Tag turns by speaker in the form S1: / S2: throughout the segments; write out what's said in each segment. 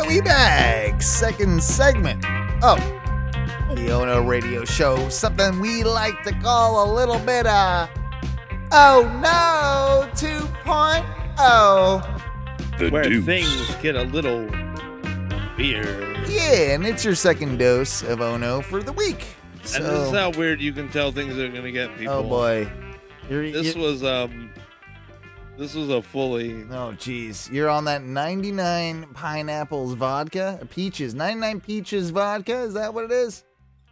S1: Moneybags, second segment of the Ono Radio Show. Something we like to call a little bit of Oh No 2.0.
S2: The
S3: where
S2: deuce.
S3: things get a little weird.
S1: Yeah, and it's your second dose of Oh No for the week.
S3: and this is
S1: So,
S3: how weird you can tell things are going to get people.
S1: oh boy. You're,
S3: This
S1: you
S3: was um, this was a fully
S1: oh, geez. You're on that 99 pineapples vodka? Peaches. 99 peaches vodka? Is that what it is?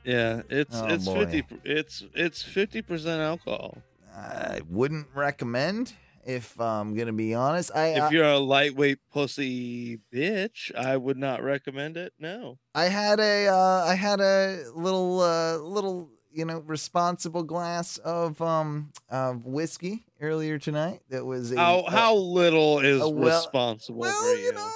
S3: yeah. It's
S1: Oh,
S3: it's
S1: boy.
S3: fifty. It's it's fifty percent alcohol.
S1: I wouldn't recommend if I'm gonna be honest. I uh,
S3: If
S1: I,
S3: you're a lightweight pussy bitch, I would not recommend it. No.
S1: I had a uh, I had a little uh, little you know responsible glass of um of whiskey earlier tonight. That was a,
S3: How
S1: a-
S3: how little is
S1: uh, well-
S3: responsible
S1: well
S3: for
S1: you know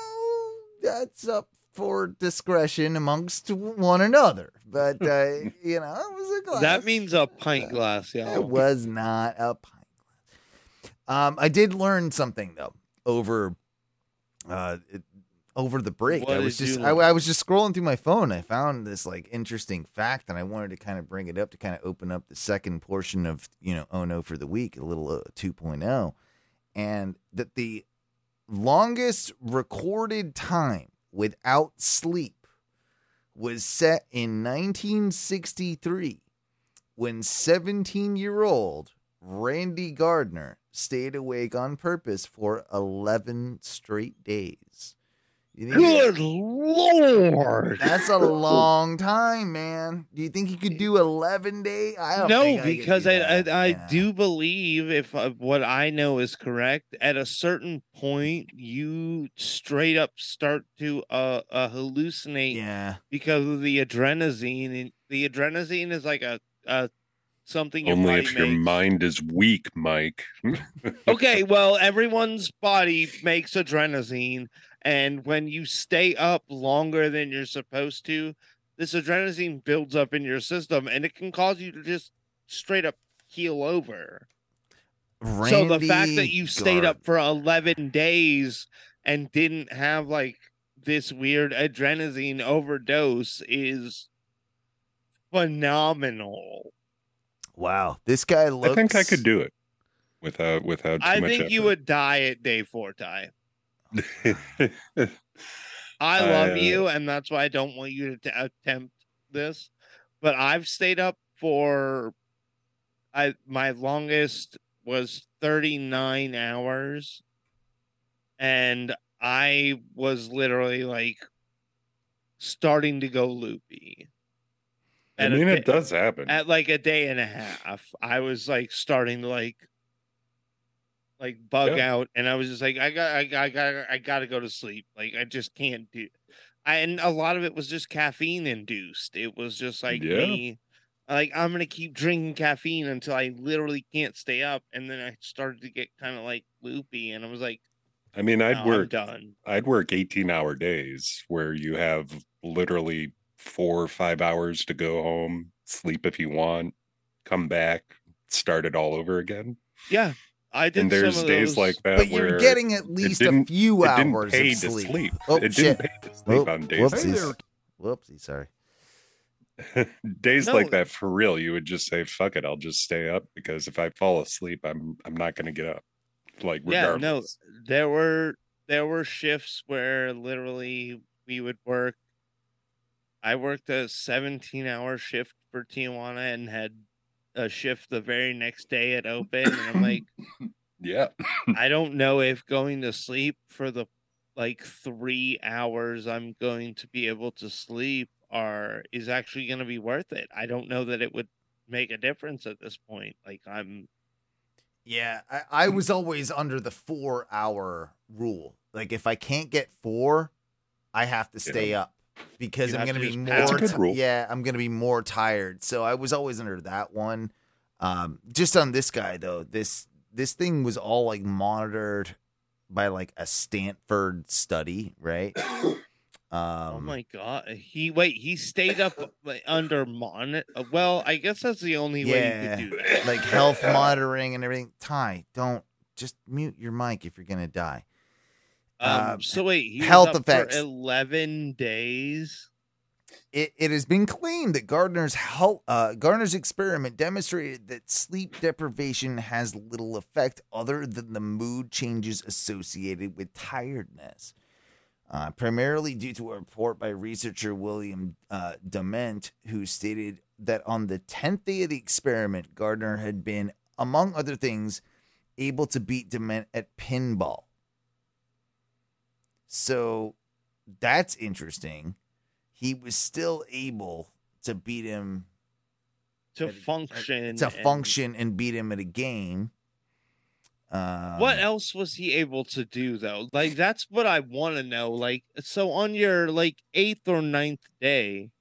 S1: that's up for discretion amongst one another. But uh, you know it was a glass.
S3: That means a pint glass, y'all.
S1: It was not a pint glass. Um, I did learn something though over, uh, it- over the break.
S3: What
S1: I was
S3: did you
S1: just I,
S3: learn?
S1: I was just scrolling through my phone. I found this like interesting fact, and I wanted to kind of bring it up to kind of open up the second portion of you know oh no for the week, a little uh, 2.0, and that the longest recorded time without sleep was set in 1963 when 17 year old Randy Gardner stayed awake on purpose for 11 straight days. You think-
S3: Good lord.
S1: That's a long time, man. Do you think you could do 11 days? I don't think
S3: No,
S1: I could
S3: because
S1: do
S3: I
S1: that,
S3: I, I
S1: yeah.
S3: do believe if uh, what I know is correct, at a certain point you straight up start to uh, uh hallucinate
S1: Yeah.
S3: because of the adrenaline. And the adrenaline is like a, a something your
S2: Only
S3: body
S2: if your
S3: makes.
S2: mind is weak, Mike. Hmm,
S3: okay, well, everyone's body makes adrenaline, and when you stay up longer than you're supposed to, this adrenaline builds up in your system, and it can cause you to just straight up keel over.
S1: Randy
S3: so the fact that you stayed
S1: Gardner.
S3: up for 11 days and didn't have like this weird adrenaline overdose is phenomenal.
S1: Wow. This guy looks.
S2: I think I could do it without without too
S3: I
S2: much.
S3: think you
S2: effort.
S3: would die at day four, Ty.
S2: would.
S3: I
S2: I,
S3: love
S2: uh,
S3: you, and that's why I don't want you to t- attempt this. But I've stayed up for I my longest was 39 hours, and I was literally like starting to go loopy.
S2: I
S3: At a
S2: mean,
S3: da-
S2: it does happen.
S3: at like a day and a half, I was like starting to like like bug out, and I was just like, I got, I got, I got, I got to go to sleep. Like I just can't do. I, and a lot of it was just caffeine induced. It was just like
S2: Yeah.
S3: me, like I'm gonna keep drinking caffeine until I literally can't stay up, and then I started to get kind of like loopy, and I was like,
S2: I mean,
S3: no,
S2: I'd
S3: I'm
S2: work.
S3: done.
S2: I'd work eighteen-hour days where you have literally four or five hours to go home, sleep if you want, come back, start it all over again.
S3: Yeah, I did.
S2: and there's
S3: some of
S2: days
S3: those-
S2: like that
S1: But
S2: where
S1: you're getting at least a
S2: didn't-
S1: few
S2: it didn't
S1: hours
S2: pay
S1: of sleep.
S2: to sleep.
S1: Oh,
S2: it
S1: shit.
S2: didn't pay to sleep
S3: Oh,
S1: Whoop-
S2: on days. like
S1: whoopsies.
S2: that.
S1: Whoopsie, sorry.
S2: days
S3: No.
S2: like that for real you would just say fuck it i'll just stay up because if i fall asleep i'm i'm not going to get up like
S3: yeah,
S2: regardless
S3: no, there were there were shifts where literally we would work. I worked a 17 hour shift for Tijuana and had a shift the very next day at open. And I'm like,
S2: yeah
S3: I don't know if going to sleep for the like three hours I'm going to be able to sleep are is actually going to be worth it. I don't know that it would make a difference at this point. Like I'm
S1: Yeah, I, I was always under the four hour rule. Like if I can't get four, I have to stay up because
S3: You
S1: I'm
S3: have
S1: gonna
S3: to
S1: be more.
S3: just
S2: it.
S3: pass
S2: That's a good
S1: ti-
S2: rule.
S1: Yeah, I'm gonna be more tired. So I was always under that one. Um, just on this guy though, this this thing was all like monitored by like a Stanford study, right? Um,
S3: oh my god! He wait. He stayed up like, under mon. uh, Well, I guess that's the only
S1: Yeah.
S3: way you could do that.
S1: like health monitoring and everything. Ty, don't just mute your mic if you're gonna die. Uh,
S3: Um, so wait, he was
S1: health
S3: up for
S1: effects.
S3: Eleven days.
S1: It, it has been claimed that Gardner's health, uh, Gardner's experiment demonstrated that sleep deprivation has little effect other than the mood changes associated with tiredness, uh, primarily due to a report by researcher William uh, Dement, who stated that on the tenth day of the experiment, Gardner had been, among other things, able to beat Dement at pinball. So that's interesting. He was still able to beat him
S3: To
S1: At- at-
S3: function.
S1: to
S3: and-
S1: function and beat him at a game. Um,
S3: What else was he able to do though? Like that's what I want to know. Like so on your like eighth or ninth day,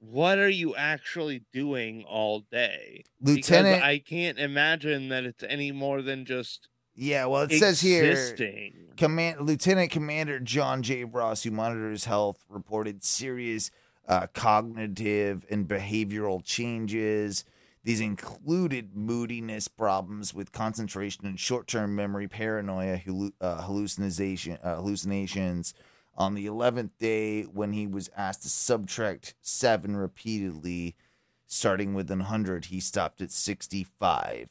S3: what are you actually doing all day? Because
S1: Lieutenant?
S3: I can't imagine that it's any more than just
S1: yeah, well, it says here.
S3: existing.
S1: Command Lieutenant Commander John J. Ross, who monitors health, reported serious uh, cognitive and behavioral changes. These included moodiness problems with concentration and short-term memory, paranoia, hallu- uh, hallucination, uh, hallucinations. On the eleventh day, when he was asked to subtract seven repeatedly, starting with 100, he stopped at 65.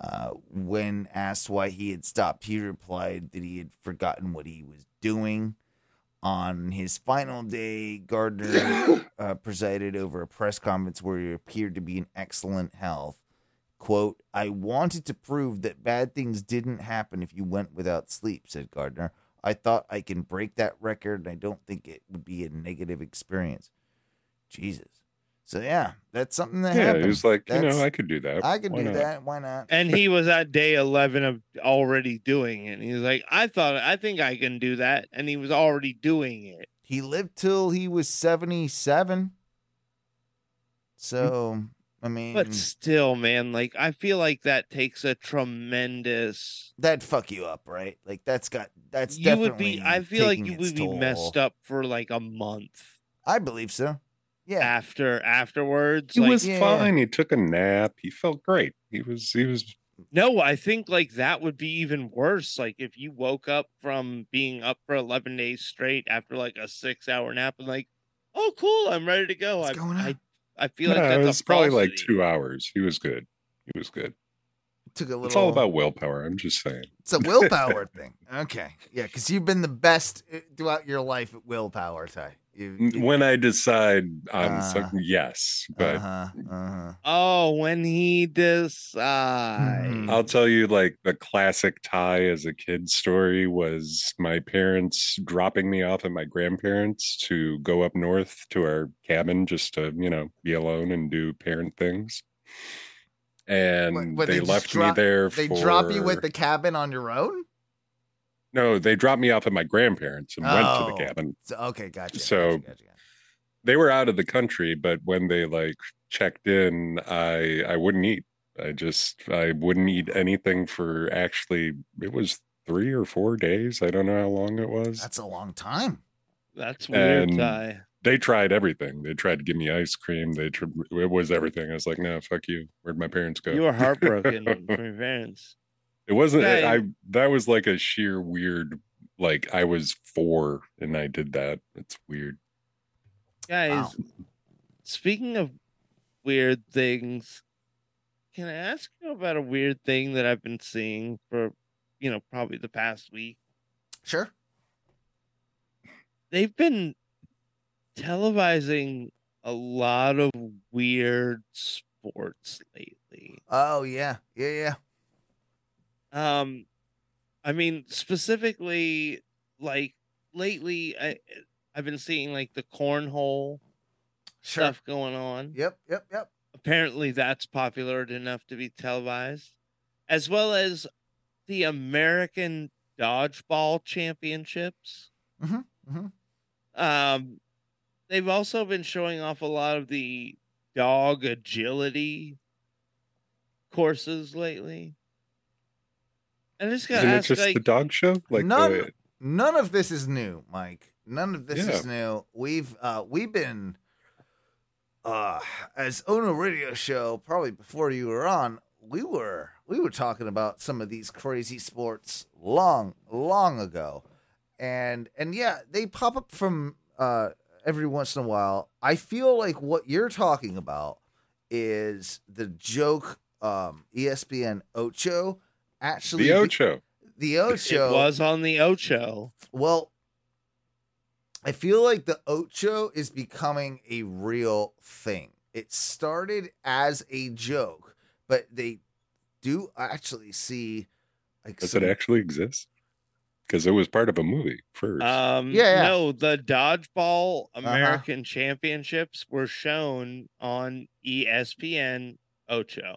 S1: Uh, when asked why he had stopped, he replied that he had forgotten what he was doing. On his final day, Gardner uh, presided over a press conference where he appeared to be in excellent health. Quote, I wanted to prove that bad things didn't happen if you went without sleep, said Gardner. I thought I can break that record, and I don't think it would be a negative experience. Jesus. So, yeah, that's something that
S2: yeah,
S1: happened.
S2: he was like, you
S1: That's-
S2: know, I could do that.
S1: I can
S2: Why
S1: do
S2: not?
S1: that. Why not?
S3: And he was at day eleven of already doing it. And he's like, I thought I think I can do that. And he was already doing it.
S1: He lived till he was 77. So, I mean,
S3: Hmm. But still, man, like I feel like that takes a tremendous
S1: that'd fuck you up, right? Like, that's got, that's
S3: you would be
S1: definitely
S3: I feel like
S1: taking
S3: you
S1: its
S3: would be
S1: toll.
S3: messed up for like a month
S1: I believe so.
S3: Ah,
S1: Yeah.
S3: after afterwards.
S2: He
S3: like
S2: was
S1: yeah.
S2: fine. He took a nap. He felt great. He was he was
S3: no, I think like that would be even worse. Like if you woke up from being up for eleven days straight after like a six hour nap and like, oh cool, I'm ready to go.
S1: What's
S3: I,
S1: going on?
S3: I I feel like
S2: No,
S3: that's
S2: it
S3: a
S2: was probably like
S3: falsity.
S2: two hours. He was good. He was good.
S1: Took a little,
S2: It's all about willpower. I'm just saying.
S1: it's a willpower thing. Okay. Yeah. Cause you've been the best uh, throughout your life at willpower, Ty. You, you-
S2: When I decide on
S1: Uh,
S2: something, yes, but
S1: uh-huh, uh-huh.
S3: Oh, when he
S1: Mm-hmm.
S3: decides.
S1: Mhm.
S2: I'll tell you, like the classic tie as a kid story was my parents dropping me off at my grandparents to go up north to our cabin just to, you know, be alone and do parent things. And
S1: What- what,
S2: they,
S1: they just
S2: left
S1: drop-
S2: me there.
S1: They
S2: for...
S1: drop you at the cabin on your own?
S2: no. They dropped me off at my grandparents and went to
S1: Oh.
S2: the cabin.
S1: So, okay. Gotcha.
S2: So-
S1: gotcha, gotcha, gotcha.
S2: They were out of the country, but when they like checked in, I I wouldn't eat. I just I wouldn't eat anything for actually it was three or four days. I don't know how long it was.
S1: that's a long time.
S3: That's weird,
S2: And-
S3: Ty.
S2: they tried everything. They tried to give me ice cream. They tr- it was everything. I was like, no, fuck you. Where'd my parents go?
S3: You were heartbroken from your parents.
S2: it wasn't.
S3: Okay.
S2: I that was like a sheer weird. Like I was four and I did that. It's weird.
S3: Guys, speaking of weird things, can I ask you about a weird thing that I've been seeing for, you know, probably the past week?
S1: Sure.
S3: They've been televising a lot of weird sports lately.
S1: Oh yeah, yeah, yeah.
S3: Um, I mean, specifically, like lately, I I've been seeing like the cornhole
S1: Sure.
S3: stuff going on.
S1: Yep, yep, yep.
S3: apparently that's popular enough to be televised, as well as the American Dodgeball Championships.
S1: Mhm, mhm.
S3: Um, they've also been showing off a lot of the dog agility courses lately. And I just gotta
S2: Isn't it
S3: ask,
S2: just
S3: like,
S2: the dog show? Like
S1: None-
S2: the-
S1: None of this is new, Mike. None of this
S2: Yeah.
S1: is new. We've uh we've been uh as Ono Radio Show probably before you were on, we were we were talking about some of these crazy sports long long ago. and and yeah, they pop up from uh every once in a while. I feel like what you're talking about is the joke um ESPN Ocho actually
S2: The Ocho.
S1: the Ocho
S3: It was on the Ocho.
S1: well, I feel like the Ocho is becoming a real thing. It started as a joke, but they do actually see like
S2: Does
S1: some-
S2: it actually exist? Because it was part of a movie first.
S1: Uh,
S3: Um,
S1: Yeah, Uh-huh. yeah.
S3: No, the Dodgeball American Championships were shown on E ESPN Ocho.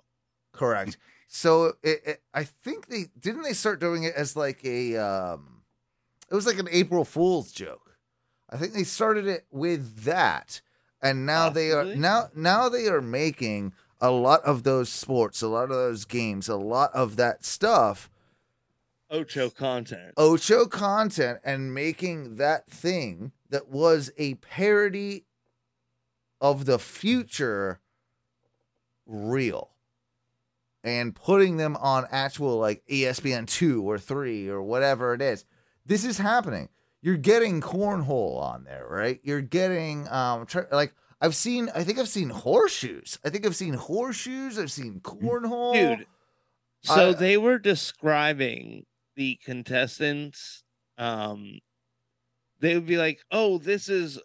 S1: correct. So it, it, I think they didn't they start doing it as like a um it was like an April Fool's joke. I think they started it with that and now they are
S3: Possibly.
S1: now now they are making a lot of those sports, a lot of those games, a lot of that stuff
S3: Ocho content.
S1: Ocho Oh, content and making that thing that was a parody of the future real and putting them on actual like E ESPN 2 or 3 or whatever it is. This is happening. You're getting cornhole on there, right? You're getting um tr- like I've seen I think I've seen horseshoes. I think I've seen horseshoes, I've seen cornhole.
S3: Dude. So
S1: Oh, I-
S3: they were describing the contestants. Um, they would be like, "Oh, this is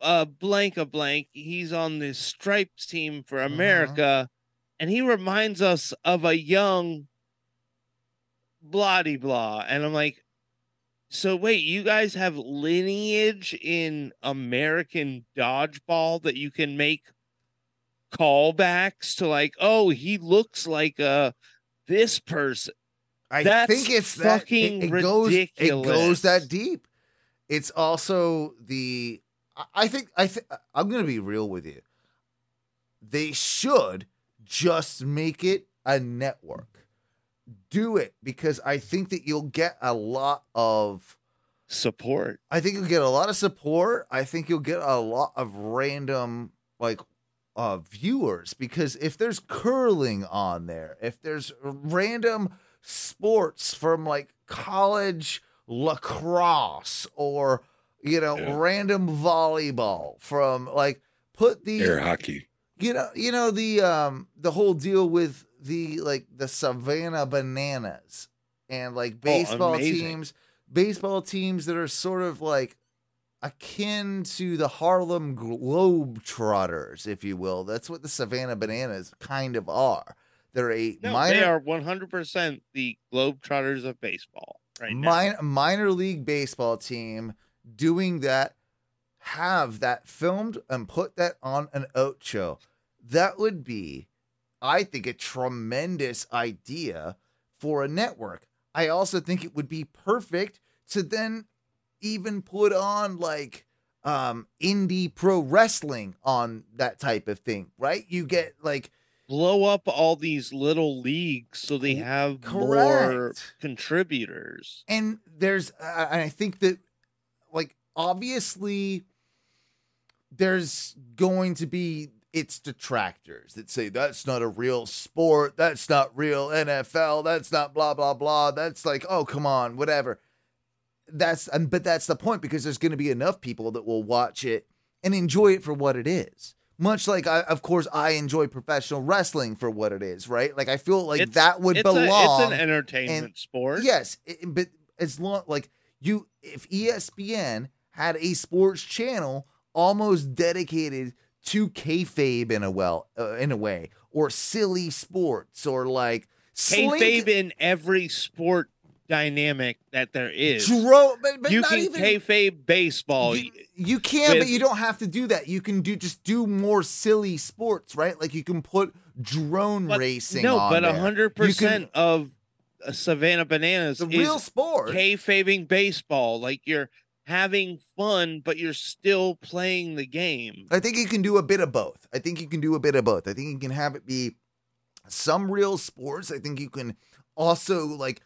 S3: uh, blank a blank. He's on the stripes team for America, and he reminds us of a young blah de blah." And I'm like, "So wait, you guys have lineage in American dodgeball that you can make callbacks to, like, oh, he looks like a." This person,
S1: I
S3: That's
S1: think it's that,
S3: fucking
S1: it, it goes it
S3: ridiculous.
S1: goes that deep. It's also the I- I think I th- I'm going to be real with you. They should just make it a network. Do it because I think that you'll get a lot of
S3: support.
S1: I think you'll get a lot of support. I think you'll get a lot of random like uh viewers because if there's curling on there, if there's random sports from like college lacrosse or you know
S2: Yeah.
S1: random volleyball from like put the
S2: Air hockey.
S1: you know you know the um the whole deal with the like the savannah bananas and like baseball
S3: Oh, amazing.
S1: teams baseball teams that are sort of like akin to the harlem globetrotters if you will that's what the savannah bananas kind of are they're a
S3: No,
S1: minor
S3: they are 100% the Globetrotters of baseball right now.
S1: Min- minor league baseball team doing that have that filmed and put that on an ocho that would be i think a tremendous idea for a network i also think it would be perfect to then even put on like um indie pro wrestling on that type of thing right you get like
S3: Blow up all these little leagues so they have more
S1: correct
S3: contributors.
S1: and there's uh, and i think that like obviously there's going to be its detractors that say that's not a real sport that's not real nfl that's not blah blah blah that's like oh come on whatever that's and but that's the point because there's going to be enough people that will watch it and enjoy it for what it is much like I, of course i enjoy professional wrestling for what it is right like i feel like
S3: It's-
S1: that would
S3: It's, a-
S1: belong
S3: it's an entertainment sport.
S1: Yes, i- but as long like you, if E ESPN had a sports channel almost dedicated to kayfabe in a well, uh, in a way, or silly sports, or like
S3: Kayfabe
S1: slink,
S3: in every sport dynamic that there is.
S1: dro- but, but
S3: you
S1: not
S3: can
S1: even.
S3: kayfabe baseball.
S1: you, you can, but
S3: with-
S1: you don't have to do that. You can do just do more silly sports, right? Like you can put drone
S3: But-
S1: racing.
S3: no,
S1: on
S3: but
S1: there.
S3: 100% of uh, Savannah Bananas
S1: the
S3: is
S1: real sport.
S3: kayfabing baseball. Like you're having fun, but you're still playing the game.
S1: I think you can do a bit of both. I think you can do a bit of both. I think you can have it be some real sports. I think you can also like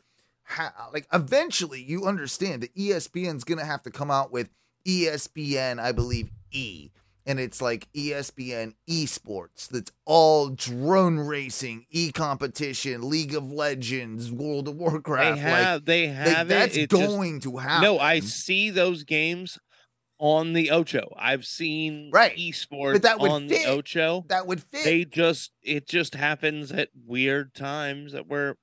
S1: ha- like eventually you E understand that ESPN's going to have to come out with ESPN, I believe E and it's like ESPN esports that's all drone racing, e competition, League of Legends, World of Warcraft.
S3: They have, they
S1: like, like
S3: have it.
S1: that's
S3: it just-
S1: going to happen.
S3: no, I see those games on the Ocho. I've seen
S1: Right.
S3: esports
S1: But that would
S3: on
S1: fit.
S3: the Ocho.
S1: that would fit.
S3: They just it just happens at weird times that we're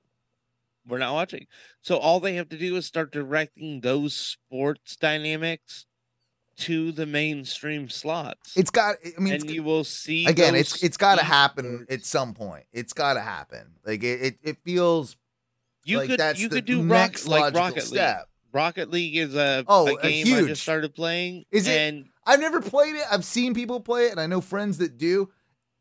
S3: we're not watching. So all they have to do is start directing those sports dynamics to the mainstream slots.
S1: it's got. I mean, it's-
S3: and you will see
S1: again,
S3: those
S1: it's it's got to happen
S3: esports.
S1: at some point. It's got to happen. Like it, it, it feels
S3: you
S1: like
S3: could
S1: that's
S3: you
S1: the
S3: could do rock,
S1: next
S3: like
S1: logical
S3: Rocket
S1: step.
S3: League. Rocket League is a,
S1: Oh,
S3: a
S1: a
S3: game I
S1: huge-
S3: just started playing.
S1: Is it-
S3: and
S1: I've never played it. I've seen people play it, and I know friends that do.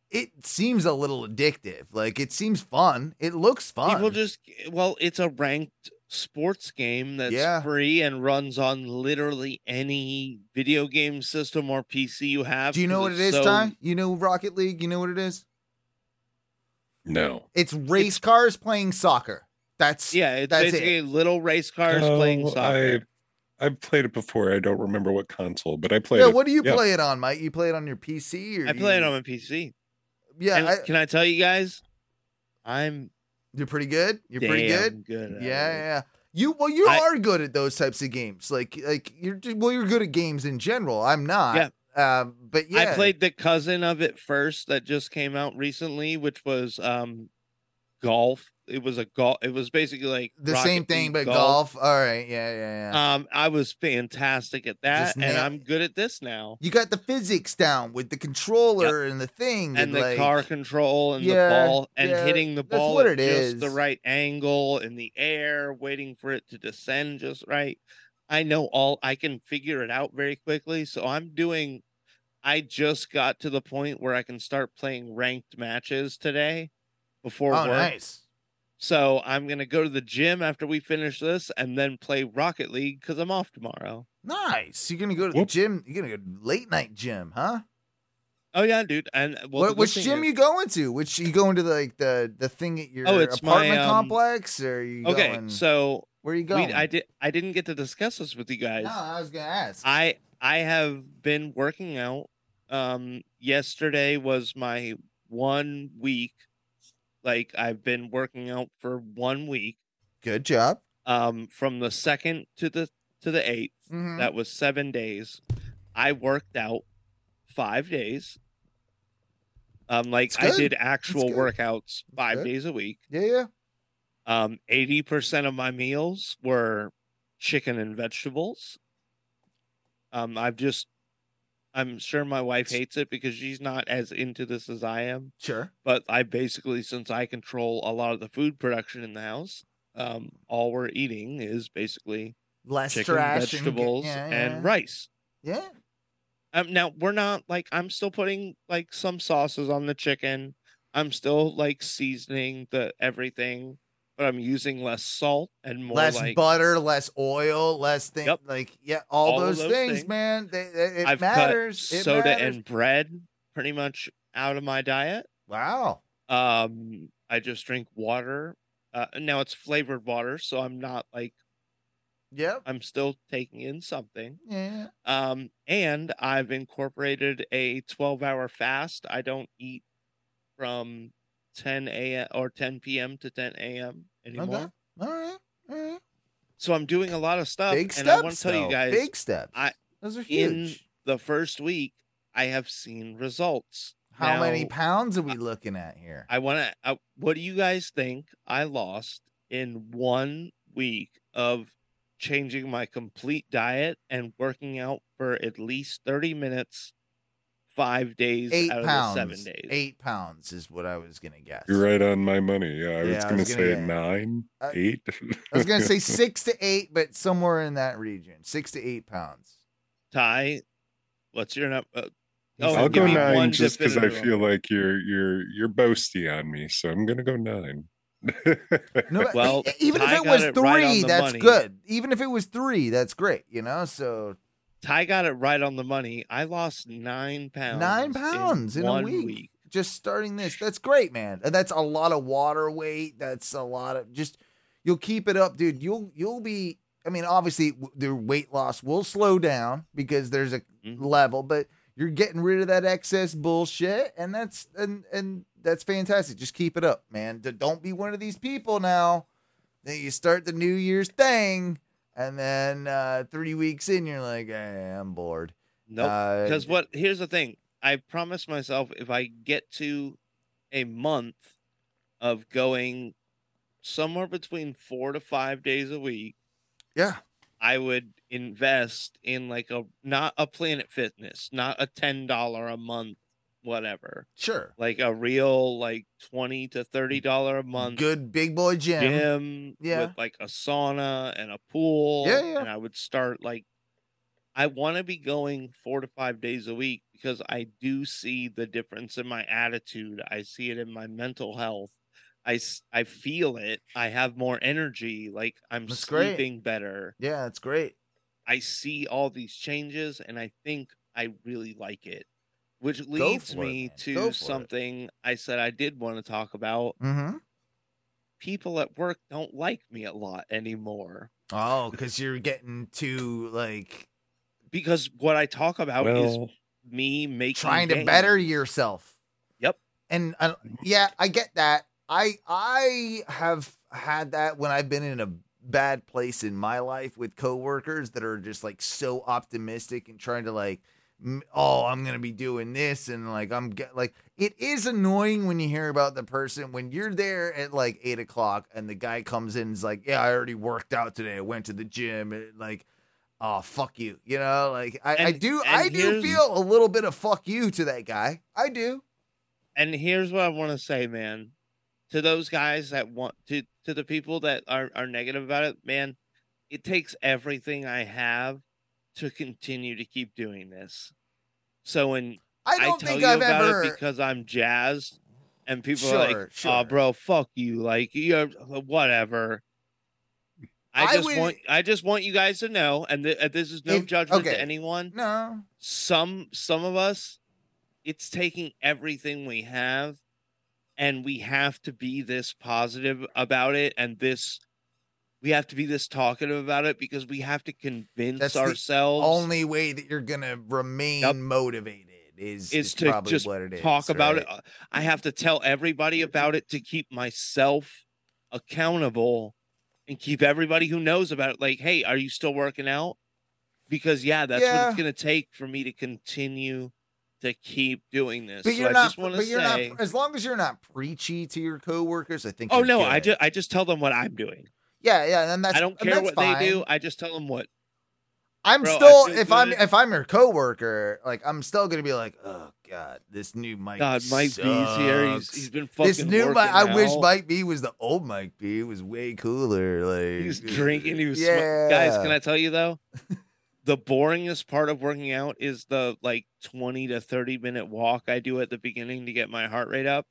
S1: It seems a little addictive. Like it seems fun. It looks fun.
S3: People just well, it's a ranked sports game that's
S1: Yeah.
S3: free and runs on literally any video game system or PC you have.
S1: do you know
S3: 'cause
S1: what it is,
S3: it's so-
S1: Ty? You know Rocket League. You know what it is?
S2: No.
S1: It's race cars playing soccer. That's
S3: Yeah, it's
S1: That's it.
S3: basically little race cars playing
S2: Oh,
S3: soccer.
S2: I, I've played it before. I don't remember what console, but I played
S1: Yeah,
S2: it.
S1: what do you
S2: yeah.
S1: play it on, Mike? You play it on your PC? Or
S3: I,
S1: do
S3: play it
S1: you-
S3: on my PC.
S1: Yeah,
S3: and
S1: I,
S3: can I tell you guys? I'm
S1: you're pretty good. You're pretty good.
S3: damn good.
S1: Yeah,
S3: at
S1: yeah.
S3: it.
S1: yeah. You well, you
S3: I-
S1: are good at those types of games. Like like you're ju- well, you're good at games in general. I'm not. Yeah. Um, but yeah,
S3: I played the cousin of it first that just came out recently, which was um golf. It was a golf. It was basically like
S1: the
S3: Rocket
S1: same thing, but
S3: League golf.
S1: golf. All right. Yeah, yeah, yeah.
S3: Um, I was fantastic at that,
S1: Just
S3: and
S1: na-
S3: I'm good at this now.
S1: you got the physics down with the controller and the thing
S3: And the
S1: like,
S3: car control and
S1: Yeah,
S3: the ball and
S1: yeah,
S3: hitting the
S1: that's
S3: ball
S1: what
S3: at
S1: it
S3: just the
S1: is.
S3: right angle in the air, waiting for it to descend just right. I know all I can figure it out very quickly. So I'm doing I just got to the point where I can start playing ranked matches today before
S1: Oh,
S3: work.
S1: nice.
S3: So I'm gonna go to the gym after we finish this and then play Rocket League because I'm off tomorrow.
S1: Nice. You're gonna go to
S2: Whoop.
S1: the gym. You're gonna go to late night gym, huh?
S3: Oh yeah, dude. And well, the
S1: what,
S3: good
S1: which
S3: thing
S1: gym
S3: is-
S1: you going to? Which you going to like the the thing at your
S3: Oh, it's my,
S1: apartment
S3: um,
S1: complex, or are you
S3: Okay,
S1: going?
S3: so
S1: where are you
S3: we,
S1: going?
S3: I did I didn't get to discuss this with you guys.
S1: No, I was gonna ask.
S3: I I have been working out. Um yesterday was my one week. Like I've been working out for one week.
S1: Good job.
S3: Um from the second to the to the 8th
S1: Mhm.
S3: That was seven days. I worked out five days. Um like
S1: That's
S3: I
S1: good.
S3: did actual
S1: good.
S3: workouts five
S1: good.
S3: days a week.
S1: yeah, yeah.
S3: Um, 80% of my meals were chicken and vegetables. Um, I've just, I'm sure my wife hates it because she's not as into this as I am.
S1: Sure.
S3: But I basically, since I control a lot of the food production in the house, um, all we're eating is basically
S1: Less
S3: chicken,
S1: trash
S3: vegetables,
S1: and,
S3: and,
S1: yeah, yeah.
S3: rice.
S1: Yeah.
S3: Um, now we're not like I'm still putting like some sauces on the chicken. I'm still like seasoning the everything, but I'm using less salt and more
S1: Less
S3: like
S1: butter, less oil, less thing.
S3: Yep.
S1: Like yeah, all,
S3: All of
S1: those,
S3: those
S1: things,
S3: things.
S1: man. They, they- it
S3: I've
S1: matters.
S3: cut
S1: It
S3: soda
S1: matters.
S3: and bread pretty much out of my diet.
S1: wow.
S3: Um, I just drink water. Uh, now it's flavored water, so I'm not like
S1: Yep.
S3: I'm still taking in something.
S1: Yeah.
S3: Um, and I've incorporated a 12 hour fast. I don't eat from 10 a.m. or 10 p.m. to 10 a.m. anymore.
S1: All right. All right.
S3: So I'm doing a lot of stuff.
S1: Big
S3: Uh, and
S1: steps.
S3: I want to tell
S1: though.
S3: you guys
S1: Big steps.
S3: I-
S1: those are
S3: in-
S1: huge.
S3: the first week I have seen results.
S1: How many
S3: Now-
S1: pounds are we looking at here?
S3: I want to. I what do you guys think I lost in one week of changing my complete diet and working out for at least 30 minutes, five days
S1: Eight
S3: out
S1: pounds.
S3: of the seven days?
S1: Eight pounds is what I was gonna guess.
S2: You're right on my money. Yeah, I
S1: Yeah,
S2: was going
S1: I
S2: to
S1: was gonna
S2: say
S1: get-
S2: nine,
S1: I-
S2: eight.
S1: I was gonna say six to eight, but somewhere in that region, six to eight pounds.
S3: Ty, what's your number? Uh,
S1: He's
S3: oh,
S2: I'll
S1: like,
S2: go
S1: "Give me
S2: nine
S3: one
S2: just because I
S3: definitive
S2: feel like you're you're you're boasty on me, so I'm gonna go nine.
S1: No, but
S3: Well,
S1: e- even if
S3: I
S1: it
S3: got
S1: was
S3: it
S1: three,
S3: right on the
S1: that's
S3: money.
S1: good. Even if it was three, that's great. You know, so
S3: Ty got it right on the money. I lost nine pounds.
S1: pounds in a
S3: one
S1: week. just starting this, that's great, man. And that's a lot of water weight. That's a lot of just. You'll keep it up, dude. You'll you'll be. I mean, obviously, w- the weight loss will slow down because there's a
S3: Mhm.
S1: level, but You're getting rid of that excess bullshit, and that's and and that's fantastic. Just keep it up, man. D- Don't be one of these people now that you start the New Year's thing, and then uh, three weeks in, you're like, eh, I'm bored.
S3: Nope.
S1: Uh,
S3: Because what? Here's the thing. I promised myself if I get to a month of going somewhere between four to five days a week,
S1: Yeah,
S3: I would invest in like a not a Planet Fitness, not a ten dollar a month, whatever,
S1: sure.
S3: like a real like twenty to thirty dollar a month
S1: Good big boy gym.
S3: gym
S1: Yeah.
S3: with like a sauna and a pool.
S1: Yeah, yeah.
S3: And I would start like I want to be going four to five days a week because I do see the difference in my attitude. I see it in my mental health. I, s- I feel it. I have more energy. Like I'm
S1: That's great.
S3: sleeping better.
S1: Yeah, that's great.
S3: I see all these changes and I think I really like it, which leads
S1: for it,
S3: me
S1: man. Go for
S3: to
S1: it.
S3: something I said I did want to talk about
S1: Mm-hmm.
S3: people at work don't like me a lot anymore
S1: Oh, because you're getting too like
S3: because what I talk about is
S2: Well,
S3: me making
S1: trying to better
S3: gains.
S1: yourself.
S3: Yep.
S1: And uh, yeah, I get that. I I have had that when I've been in a bad place in my life with coworkers that are just like so optimistic and trying to like m- oh i'm gonna be doing this and like i'm get, like it is annoying when you hear about the person when you're there at like eight o'clock and the guy comes in and is like yeah i already worked out today i went to the gym and like oh fuck you you know like i, I
S3: And-
S1: do
S3: and
S1: i do
S3: here's-
S1: feel a little bit of fuck you to that guy i do
S3: And here's what I want to say, man, to those guys that want to to the people that are are negative about it, man, it takes everything I have to continue to keep doing this. So when
S1: i
S3: I,
S1: don't
S3: tell
S1: think
S3: you
S1: i've
S3: about
S1: ever
S3: it because I'm jazzed, and people are
S1: Sure,
S3: like,
S1: sure.
S3: "Oh, bro, fuck you!" Like you're whatever.
S1: I
S3: I just
S1: would-
S3: want I just want you guys to know, and th- uh, this is no
S1: If-
S3: judgment
S1: okay.
S3: to anyone.
S1: no
S3: Some some of us, it's taking everything we have, and we have to be this positive about it, and this. We have to be this talkative about it because we have to convince
S1: That's the
S3: ourselves
S1: only way that you're gonna remain
S3: Yep.
S1: motivated is
S3: Is to
S1: probably
S3: just
S1: what it is.
S3: talk about
S1: right?
S3: it. uh, I have to tell everybody about it to keep myself accountable and keep everybody who knows about it like, hey, are you still working out? Because yeah, that's what
S1: Yeah.
S3: it's gonna take for me to continue to keep doing this.
S1: But
S3: So
S1: you're
S3: I
S1: not.
S3: just want
S1: But
S3: to
S1: you're
S3: say,
S1: not. As long as you're not preachy to your coworkers, I think.
S3: oh
S1: you're
S3: no, I
S1: good.
S3: just I just tell them what I'm doing.
S1: Yeah, yeah, and that's.
S3: I don't
S1: and
S3: care
S1: that's
S3: what
S1: fine.
S3: they do. I just tell them what
S1: I'm
S3: Bro, I
S1: still
S3: feel
S1: if I'm
S3: good.
S1: if I'm your coworker, like I'm still gonna be like, oh god, this new Mike.
S3: God Mike B's here. He's
S1: sucks.
S3: he's been fucking.
S1: this new Mike.
S3: working
S1: I wish
S3: out.
S1: Mike B was the old Mike B. It was way cooler. Like
S3: He was drinking. He was smoking.
S1: yeah.
S3: guys. Can I tell you though? the boringest part of working out is the like twenty to thirty minute walk I do at the beginning to get my heart rate up.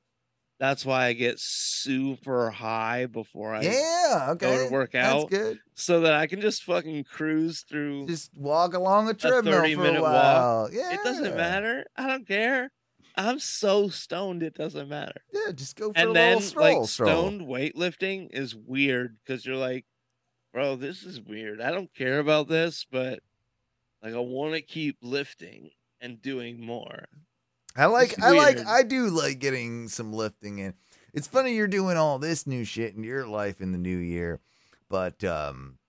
S3: That's why I get super high before I
S1: Yeah. Okay.
S3: go to work
S1: That's
S3: out,
S1: good.
S3: so that I can just fucking cruise through.
S1: Just walk along a treadmill
S3: 30
S1: for a
S3: minute walk.
S1: while. Yeah.
S3: It doesn't matter. I don't care. I'm so stoned. It doesn't matter.
S1: Yeah, just go for a
S3: and
S1: little
S3: then
S1: stroll.
S3: like
S1: stroll.
S3: stoned weightlifting is weird because you're like, bro, this is weird. I don't care about this, but like I want to keep lifting and doing more.
S1: I like
S3: It's
S1: I like
S3: weird.
S1: I do like getting some lifting in. It's funny you're doing all this new shit in your life in the new year, but um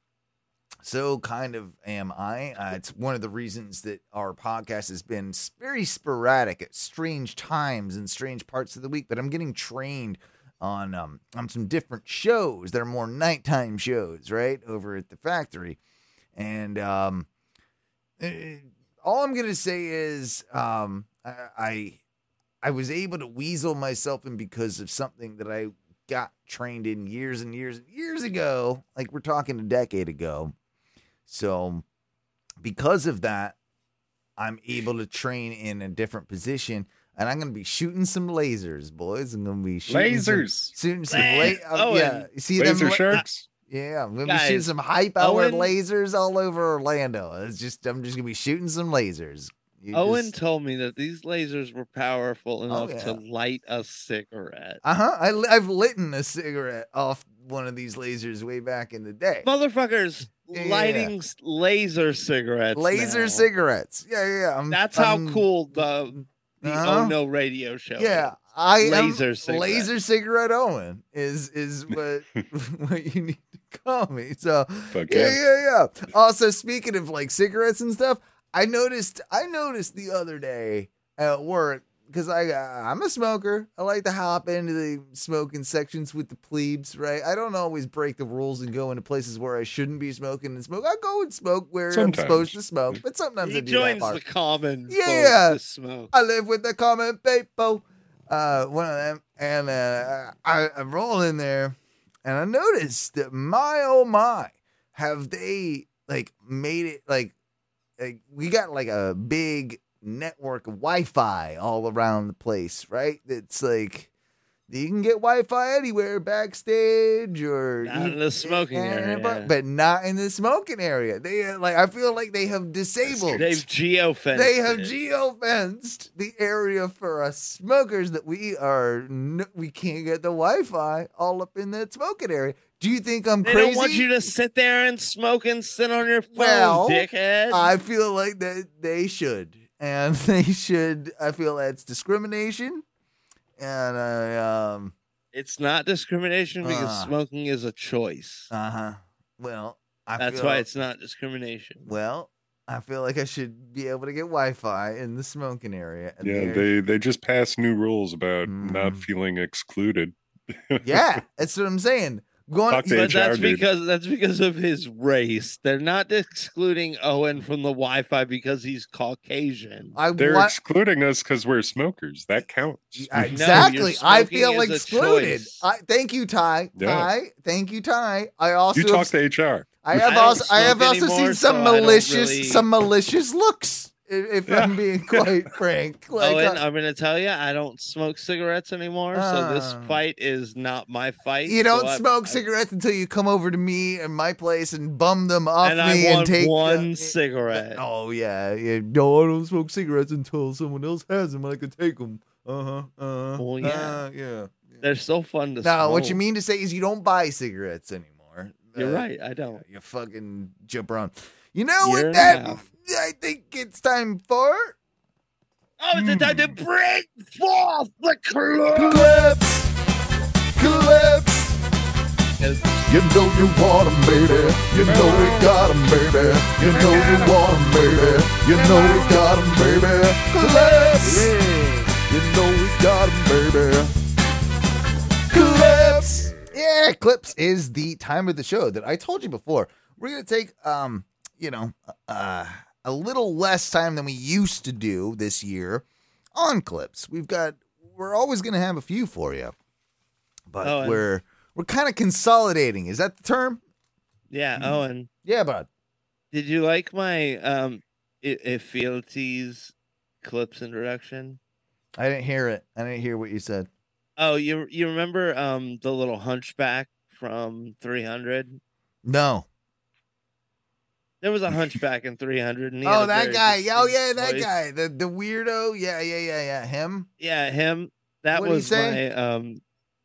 S1: so kind of am I. Uh, it's one of the reasons that our podcast has been s- very sporadic at strange times and strange parts of the week, but I'm getting trained on um on some different shows that are more nighttime shows, right? Over at the factory. And um eh, all I'm gonna say is um, I, I I was able to weasel myself in because of something that I got trained in years and years and years ago. Like we're talking a decade ago. So because of that, I'm able to train in a different position, and I'm gonna be shooting some lasers, boys. I'm gonna be shooting some-
S2: lasers,
S1: shooting some la-
S3: Laser-
S1: oh, yeah.
S3: Owen.
S1: You See them
S2: laser
S1: la-
S2: sharks.
S1: yeah, I'm gonna be shooting
S3: Guys,
S1: some hype hour
S3: Owen-
S1: lasers all over Orlando. It's just I'm just gonna be shooting some lasers. You
S3: Owen
S1: just- Oh,
S3: told me that these lasers were powerful enough to
S1: yeah.
S3: light a cigarette.
S1: uh-huh. I, li- I've lit a cigarette off one of these lasers way back in the day.
S3: Motherfuckers,
S1: Yeah, yeah,
S3: lighting s- laser cigarettes.
S1: laser
S3: now.
S1: cigarettes. Yeah, yeah. yeah. I'm-
S3: That's
S1: I'm-
S3: how cool the the
S1: Uh-huh.
S3: Oh No radio show.
S1: Yeah,
S3: is.
S1: I
S3: Laser
S1: am
S3: cigarette.
S1: laser cigarette Owen is is what what you need to call me. So
S2: Fuck
S1: yeah,
S2: yeah.
S1: yeah, yeah. Also, speaking of like cigarettes and stuff, I noticed I noticed the other day at work because I uh, I'm a smoker. I like to hop into the smoking sections with the plebes, right? I don't always break the rules and go into places where I shouldn't be smoking and smoke. I go and smoke where
S2: Sometimes.
S1: I'm supposed to smoke, but sometimes
S3: he
S1: I do that
S3: joins
S1: part.
S3: the common. folk
S1: Yeah.
S3: to smoke.
S1: I live with the common people. Uh, one of them, and uh, I, I roll in there, and I noticed that my oh my, have they like made it like, like we got like a big network of Wi-Fi all around the place, right? That's like you can get Wi-Fi anywhere, backstage or
S3: Not in the smoking area.
S1: but, but not in the smoking area. They uh, like I feel like they have disabled
S3: They've geofenced.
S1: they have
S3: it.
S1: geo fenced the area for us smokers that we are n- we can't get the Wi-Fi all up in that smoking area. Do you think I'm
S3: They
S1: crazy?
S3: don't want you to sit there and smoke and sit on your phone,
S1: Well,
S3: dickhead.
S1: I feel like that they should, and they should. I feel that's discrimination, and I um
S3: it's not discrimination because
S1: Ah.
S3: smoking is a choice.
S1: uh huh. Well, I
S3: That's
S1: feel,
S3: why it's not discrimination.
S1: well. I feel like I should be able to get Wi-Fi in the smoking area. and
S2: Yeah,
S1: there-
S2: they they just passed new rules about not
S1: Mhm.
S2: feeling excluded.
S1: yeah, that's what I'm saying. Going,
S2: Fuck the
S3: But
S2: HR
S3: that's
S2: dude.
S3: because that's because of his race. They're not excluding Owen from the Wi-Fi because he's Caucasian.
S1: I
S2: They're
S1: want,
S2: excluding us because we're smokers. That counts.
S1: Yeah,
S3: No, your
S1: Exactly. I
S3: smoking
S1: feel
S3: is a
S1: excluded.
S3: choice.
S1: I, thank you, Ty.
S2: Yeah.
S1: Ty. Thank you, Ty. I also
S2: you talk
S1: have,
S2: to HR.
S1: I have
S3: I don't
S1: also I have
S3: smoke
S1: also
S3: anymore,
S1: seen some
S3: so I don't
S1: malicious
S3: really-
S1: some malicious looks. i- If I'm
S2: Yeah.
S1: being quite frank, like
S3: Owen,
S1: uh,
S3: I'm gonna tell you, I don't smoke cigarettes anymore, so this
S1: Ah.
S3: fight is not my fight.
S1: you don't
S3: so I-
S1: smoke
S3: I-
S1: cigarettes until you come over to me and my place and bum them off
S3: and
S1: me
S3: I want
S1: and take uh,
S3: one
S1: the-
S3: cigarette.
S1: Oh yeah, yeah. No, I don't smoke cigarettes until someone else has them and I can take them. Uh huh. Uh huh.
S3: Well, yeah.
S1: yeah.
S3: They're so fun to smoke.
S1: Now, what you mean to say is you don't buy cigarettes anymore.
S3: You're
S1: Uh,
S3: right. I don't.
S1: You fucking jabron. You know
S3: Year
S1: what
S3: and a
S1: that
S3: half.
S1: I think it's time for
S3: Oh, it's a time to bring forth the club.
S1: clips. Clips. You know you want 'em, baby. You know we got 'em, baby. You know you want 'em, baby. You know we got 'em, baby. Clips. You know we got 'em, baby. Clips. Yeah, clips is the time of the show that I told you before. We're gonna take um, you know, uh, a little less time than we used to do this year on clips. We've got we're always gonna have a few for you, but
S3: Oh, and-
S1: we're we're kind of consolidating. Is that the term?
S3: Yeah, Owen.
S1: Yeah, bud.
S3: Did you like my um I- Ifeelity's clips introduction?
S1: I didn't hear it. I didn't hear what you said.
S3: Oh, you you remember um the little hunchback from 300?
S1: No.
S3: There was a hunchback in 300 and he had
S1: Oh,
S3: a
S1: that
S3: very
S1: guy. Oh, yeah,
S3: distinct
S1: that
S3: voice.
S1: guy. The the weirdo. Yeah, yeah, yeah, yeah. Him.
S3: Yeah, him. That
S1: What'd he
S3: was
S1: say?
S3: my um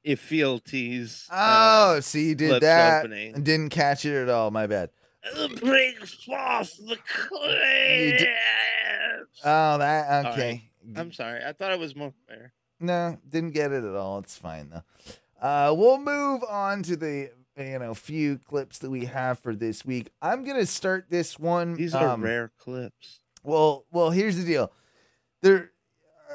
S3: Ifeelity's
S1: Oh,
S3: uh,
S1: see, you did
S3: clips
S1: that.
S3: opening.
S1: and Didn't catch it at all. My bad.
S3: Bring forth the
S1: d-
S3: clips.
S1: Oh, that
S3: All
S1: okay.
S3: I'm sorry. I thought it was more fair.
S1: No, didn't get it at all. It's fine though. Uh, we'll move on to the you know few clips that we have for this week. I'm gonna start this one.
S3: These are
S1: um,
S3: rare clips.
S1: Well, well, here's the deal. There,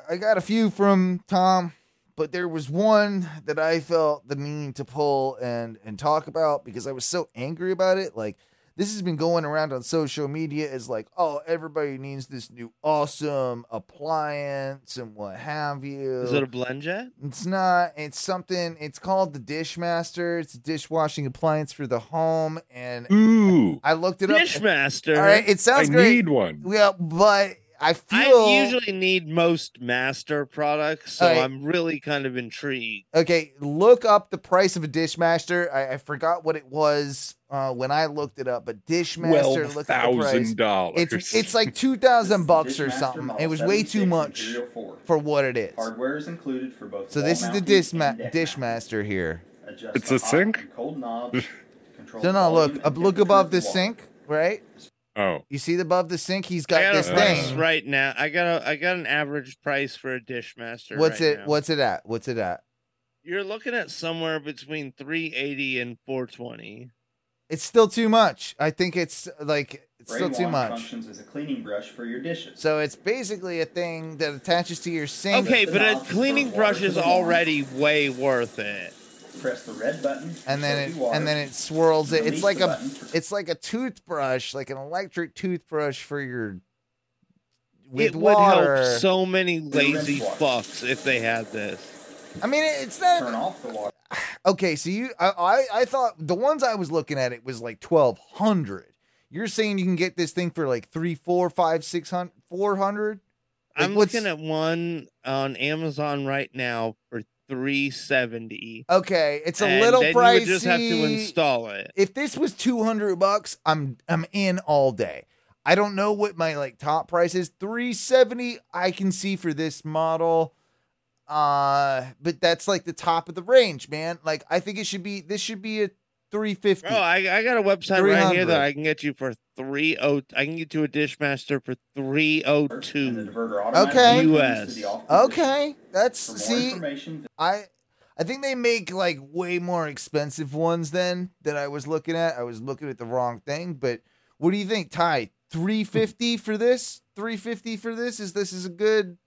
S1: I got a few from Tom, but there was one that I felt the need to pull and and talk about because I was so angry about it. Like this has been going around on social media as like, oh, everybody needs this new awesome appliance and what have you.
S3: Is it a blend jet?
S1: It's not. It's something. It's called the Dishmaster. It's a dishwashing appliance for the home, and
S2: Ooh,
S1: I looked it up.
S3: Dishmaster.
S1: All right, it
S2: I
S1: sounds great.
S2: need one.
S1: Yeah, but I feel
S3: I usually need most master products, so
S1: Alright.
S3: I'm really kind of intrigued.
S1: okay. Look up the price of a Dishmaster. I, I forgot what it was uh, when I looked it up, but Dishmaster.
S2: Twelve
S1: Look at the price.
S2: thousand dollars.
S1: It's it's like two thousand bucks or something. It was way too much
S4: oh
S1: for what it is.
S4: Hardware is included for both.
S1: So
S4: wall
S1: this is the
S4: mountings
S1: Dishma-
S4: and deck
S1: Dishmaster here.
S4: mount. Adjust
S2: It's
S4: the
S2: a
S4: hot
S2: sink?
S4: and Cold knobs. control.
S1: So now look,
S4: volume
S1: uh,
S4: and
S1: look
S4: temperature
S1: above
S4: of
S1: the
S4: water.
S1: sink, right?
S2: Oh,
S1: You see above the sink, he's
S3: I
S1: got
S3: got
S1: this
S3: a price
S1: thing.
S3: right now. I got a I got an average price for a Dishmaster.
S1: What's
S3: right
S1: it?
S3: now.
S1: What's it at? What's it at?
S3: You're looking at somewhere between 380 and 420.
S1: It's still too much. I think it's like it's still
S4: Braid
S1: too
S4: wand
S1: much.
S4: Functions as a cleaning brush for your dishes.
S1: So it's basically a thing that attaches to your sink.
S3: Okay,
S4: the
S3: but a
S4: valve for
S3: cleaning
S4: water
S3: brush
S4: to
S3: is
S4: the lawn.
S3: already way worth it.
S4: Press the red button. to
S1: And then
S4: show
S1: it
S4: you water.
S1: and then it swirls it. It's
S4: Release
S1: like
S4: the
S1: a
S4: button to-
S1: it's like a toothbrush, like an electric toothbrush for your with
S3: It would
S1: water.
S3: help so many lazy
S4: water.
S3: fucks if they had this.
S1: I mean, it- it's not
S4: turn off the water.
S1: Okay, so you, I, I, I thought the ones I was looking at it was like twelve hundred. You're saying you can get this thing for like three, four, five, six hundred, four hundred. Like,
S3: I'm
S1: what's-
S3: looking at one on Amazon right now for 370.
S1: Okay, it's a
S3: and
S1: little
S3: then
S1: pricey.
S3: You would just have to install it.
S1: If this was two hundred bucks, I'm, I'm in all day. I don't know what my like top price is. Three seventy, I can see for this model. Uh, but that's like the top of the range, man. Like, I think it should be. This should be a three fifty.
S3: Bro, Oh, I, I got a website right
S1: 300.
S3: here that I can get you for three oh. I can get you a Dishmaster for three oh
S4: And the
S2: Mm.
S3: two.
S4: diverter automatically
S1: Okay.
S4: moves to the
S3: US.
S4: off position.
S1: Okay, that's
S4: For more
S1: see.
S4: information, visit
S1: I I think they make like way more expensive ones than that I was looking at. I was looking at the wrong thing, but what do you think, Ty? 350 for this? 350 for this? Is this is a good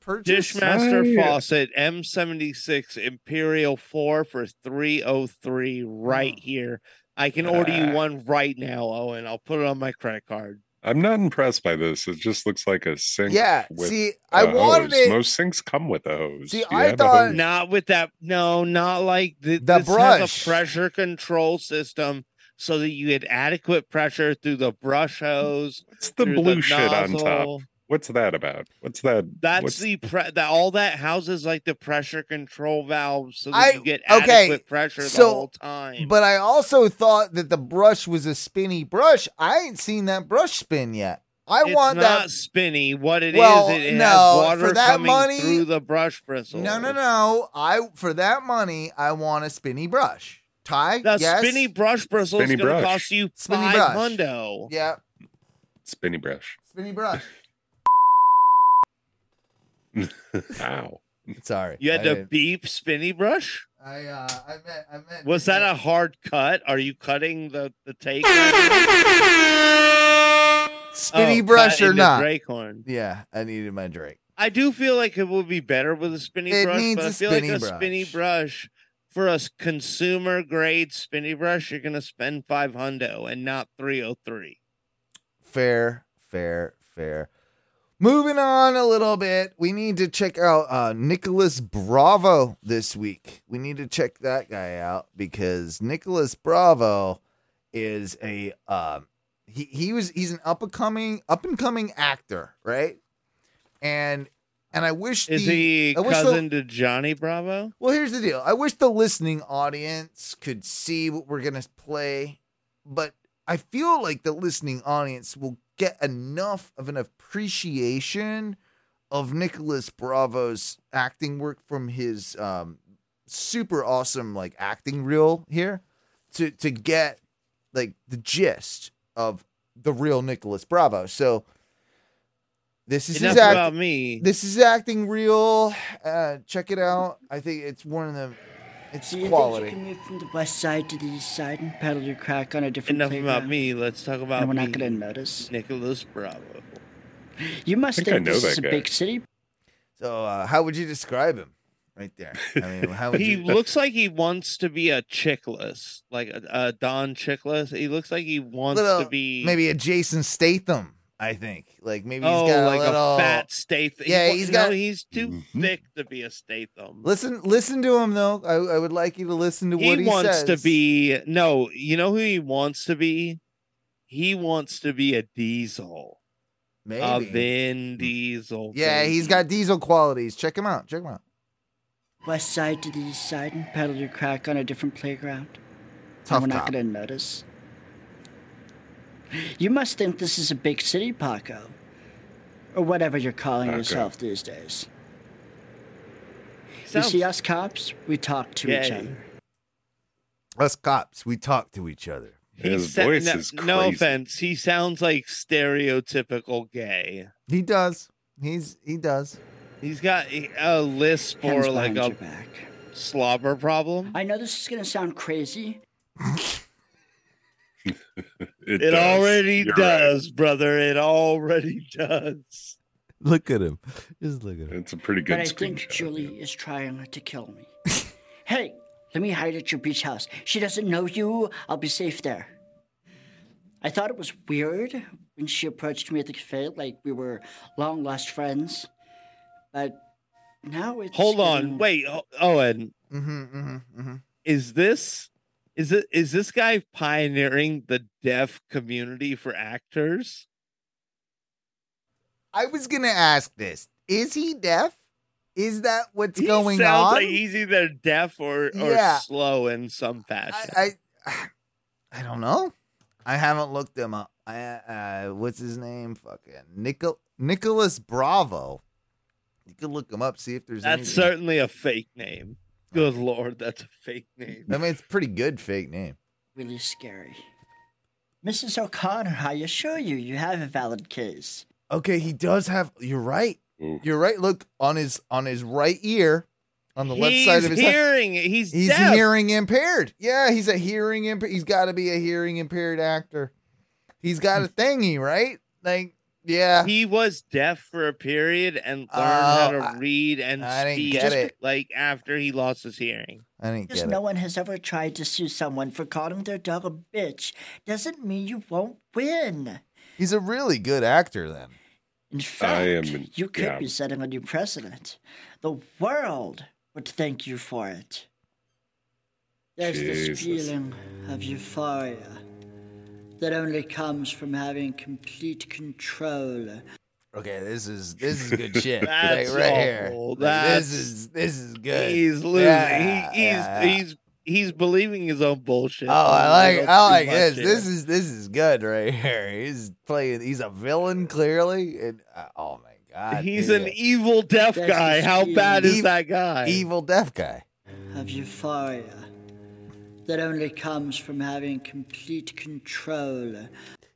S1: purchase?
S3: Dishmaster
S2: Right.
S3: faucet M seventy six Imperial four for three oh three right here. I can order you
S1: Uh.
S2: Ah.
S3: one right now, Owen. I'll put it on my credit card.
S2: I'm not impressed by this. It just looks like a sink.
S1: yeah,
S2: with
S1: see,
S3: uh,
S1: I
S2: a
S1: wanted
S2: hose.
S1: it.
S2: Most sinks come with a hose.
S1: See,
S2: Do you
S1: I
S2: have a
S1: thought-
S2: hose?
S3: Not with that. No, not like th-
S1: The
S3: this
S1: brush.
S3: has a pressure control system so that you get adequate pressure through the brush hose.
S2: What's the
S3: through
S2: blue shit on top?
S3: nozzle.
S2: What's that about? What's that?
S3: That's
S2: what's-
S3: the pre- that all that houses like the pressure control valves, so that
S1: I-
S3: you get
S1: okay,
S3: adequate pressure
S1: so-
S3: the whole time.
S1: But I also thought that the brush was a spinny brush. I ain't seen that brush spin yet. I
S3: it's
S1: want
S3: not
S1: that
S3: spinny. What it is,
S1: Well,
S3: it, it
S1: no,
S3: has water
S1: for that
S3: coming
S1: money-
S3: through the brush bristle.
S1: No, no, no. I for that money, I want a spinny brush. Ty?
S3: The
S1: yes?
S3: spinny brush bristle
S2: Spinny
S3: is going
S2: brush.
S3: to cost you
S1: Spinny
S3: five
S1: brush.
S3: hundo.
S1: Yeah,
S2: spinny brush.
S1: spinny brush.
S2: Ow.
S1: Sorry.
S3: You had
S1: I
S3: to
S1: didn't-
S3: beep spinny brush.
S1: I uh I meant I meant
S3: Was that a hard cut? Are you cutting the the take?
S1: spinny
S3: Oh,
S1: brush
S3: cut
S1: or
S3: into
S1: not?
S3: Drake horn.
S1: Yeah, I needed my Drake.
S3: I do feel like it would be better with a spinny
S1: It
S3: brush,
S1: needs
S3: but
S1: a
S3: I feel like
S1: spinny
S3: a spinny
S1: brush.
S3: brush for a s- consumer grade spinny brush, you're gonna spend five hundo and not three oh three.
S1: Fair, fair, fair. Moving on a little bit, we need to check out uh, Nicholas Bravo this week. We need to check that guy out because Nicholas Bravo is a um, he he was he's an up and coming up and coming actor, right? And and I wish
S3: Is
S1: the,
S3: he
S1: I wish the-
S3: cousin to Johnny Bravo?
S1: Well, here's the deal. I wish the listening audience could see what we're going to play, but I feel like the listening audience will get enough of an appreciation of Nicholas Bravo's acting work from his um, super awesome like acting reel here to to get like the gist of the real Nicholas Bravo. So this is
S3: Enough
S1: his act-
S3: about me.
S1: this is acting real. Uh, check it out. I think it's one of the. It's
S5: Do you
S1: quality.
S5: think you can move from the west side to the east side and paddle your crack on a different
S3: Enough
S5: playground?
S3: about me. Let's talk about
S5: And we're
S3: me.
S5: not gonna notice.
S3: Nicholas Bravo.
S5: You must
S2: think
S5: think,
S2: I know
S5: this
S2: that
S5: is a
S2: guy.
S5: big city.
S1: so, uh, how would you describe him? Right there. I mean, how would
S3: He
S1: you?
S3: looks like he wants to be a chickless, like a, a Don Chickless. He looks like he wants
S1: Little-
S3: to be
S1: Maybe a Jason Statham. I think. Like maybe he's
S3: oh,
S1: got
S3: like
S1: a little.
S3: fat Statham.
S1: Yeah,
S3: wa-
S1: he's
S3: no,
S1: got-
S3: he's too
S2: Mhm.
S3: thick to be a Statham.
S1: Listen, listen to him though. I, I would like you to listen to
S3: he
S1: what he
S3: wants to
S1: says.
S3: be no. You know who he wants to be? He wants to be a Diesel,
S1: Maybe.
S3: a Vin
S2: Mm.
S3: Diesel.
S1: yeah,
S3: baby.
S1: he's got diesel qualities. Check him out. Check him out.
S5: West side to the east side and paddle your crack on a different playground.
S1: Tough
S5: and we're
S1: cop.
S5: not gonna notice. You must think this is a big city, Paco. Or whatever you're calling
S2: Paco.
S5: yourself these days.
S3: Sounds-
S5: You see us cops, we talk to each
S3: gay.
S5: other.
S1: Us cops, we talk to each other.
S2: His
S3: He sa-
S2: voice
S3: no,
S2: is
S3: No
S2: crazy.
S3: offense, he sounds like stereotypical gay.
S1: He does. He's he does.
S3: He's got a- a lisp
S5: Hands
S3: or like
S5: behind
S3: a
S5: your back.
S3: slobber problem.
S5: I know this is gonna sound crazy.
S2: It,
S3: It
S2: does.
S3: already
S2: You're right.
S3: does, brother. It already does.
S6: Look at him. Just look at him.
S2: It's a pretty good.
S5: But I think
S2: screenshot,
S5: Julie
S2: yeah.
S5: is trying to kill me. hey, let me hide at your beach house. She doesn't know you. I'll be safe there. I thought it was weird when she approached me at the cafe like we were long lost friends. But now it's.
S3: Hold
S5: getting-
S3: on, wait, O- Owen,
S1: Mm-hmm, mm-hmm, mm-hmm.
S3: is this is it is this guy pioneering the deaf community for actors?
S1: I was gonna ask this. Is he deaf? Is that what's
S3: he
S1: going
S3: sounds
S1: on?
S3: like he's either deaf or, or
S1: Yeah.
S3: slow in some fashion.
S1: I, I I don't know. I haven't looked him up. I, uh, what's his name? Fucking Nicol Nicholas Bravo. You can look him up, see if there's
S3: that's
S1: anything.
S3: certainly a fake name. Good lord, that's a fake name.
S1: I mean, it's a pretty good fake name.
S5: really scary. Mrs. O'Connor, I assure you, you have a valid case.
S1: Okay, he does have. You're right.
S2: Ooh.
S1: You're right. Look on his on his right ear, on the left side
S3: He's
S1: of his head.
S3: hearing. He's,
S1: He's
S3: deaf.
S1: hearing impaired. Yeah, he's a hearing impaired. He's got to be a hearing impaired actor. He's got a thingy, right? Like, yeah.
S3: He was deaf for a period and learned how
S1: Oh,
S3: to
S1: I-
S3: read and
S1: I didn't
S3: speak.
S1: get it.
S3: Like after he lost his hearing.
S1: I didn't
S5: Because
S1: get
S5: no
S1: it.
S5: one has ever tried to sue someone for calling their dog a bitch doesn't mean you won't win.
S1: He's a really good actor. Then
S5: In fact,
S2: am-
S5: you could
S2: yeah.
S5: be setting a new precedent. The world would thank you for it. There's this
S2: Jesus.
S5: feeling of euphoria that only comes from having complete control.
S1: okay, this is this is good shit.
S3: That's
S1: Like, right here.
S3: awful.
S1: Like,
S3: That's-
S1: this is this is good.
S3: He's losing.
S1: Yeah,
S3: he, he's
S1: yeah, yeah.
S3: he's he's believing his own bullshit.
S1: Oh, I
S3: a
S1: like
S3: little
S1: I
S3: too
S1: like
S3: much
S1: this.
S3: here.
S1: This is this is good right here. He's playing. He's a villain clearly, and uh, oh my god,
S3: he's
S1: dude.
S3: an E evil deaf
S5: That's
S3: guy.
S5: the
S3: How
S5: scheme.
S3: bad is
S1: Ev-
S3: that guy?
S1: evil deaf guy.
S5: of euphoria that only comes from having complete control.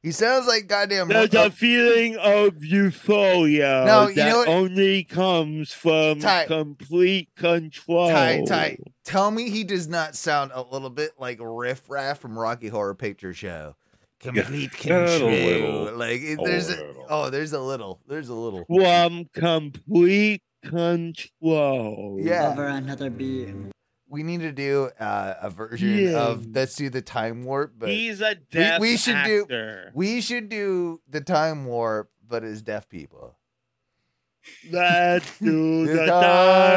S1: He sounds like goddamn.
S3: There's a feeling of euphoria
S1: No, you
S3: that
S1: know what-
S3: only comes from
S1: Ty-
S3: complete control.
S1: Ty, Ty,
S3: Oh.
S1: tell me he does not sound a little bit like Riff Raff from Rocky Horror Picture Show. Complete
S2: Not a
S1: control.
S2: little.
S1: like it-
S2: A
S1: there's a,
S2: little.
S1: oh, there's a little, there's a little.
S3: From complete control.
S1: Yeah.
S5: over another being.
S1: We need to do uh, a version
S3: Yeah.
S1: of let's do the time warp, but
S3: he's a deaf
S1: we should do-
S3: actor.
S1: we should do the time warp, but as deaf people.
S3: Let's do
S1: The
S3: the
S1: time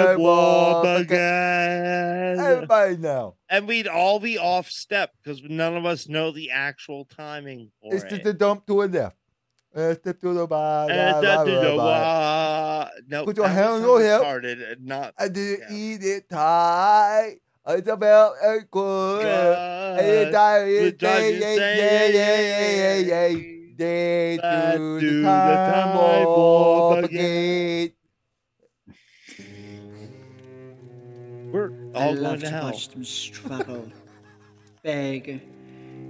S3: time warp
S1: warp
S3: again.
S1: Everybody now.
S3: And we'd all be off step because none of us know the actual timing for
S1: It's
S3: it. Eh,
S1: just the dump to a left. It's the to the bye,
S3: And
S1: bye,
S3: that
S1: bye,
S3: did
S1: bye, bye.
S3: the wa- no,
S1: Put your
S3: that
S1: hand on
S3: was
S1: your hip.
S3: retarded and Not
S1: I didn't
S3: Yeah.
S1: eat it tight. It's about a good. Hey,
S3: good.
S1: diary,
S3: the
S1: day,
S3: diary,
S1: yeah, yeah,
S3: day,
S1: yeah, yeah, yeah, yeah.
S3: yeah.
S1: Day
S3: Back
S1: to
S3: to
S1: the
S3: the
S1: time
S3: time
S1: warp
S3: warp
S1: again.
S3: We're
S5: I
S3: all
S5: love
S3: going to
S5: to
S3: hell.
S5: watch them struggle, beg,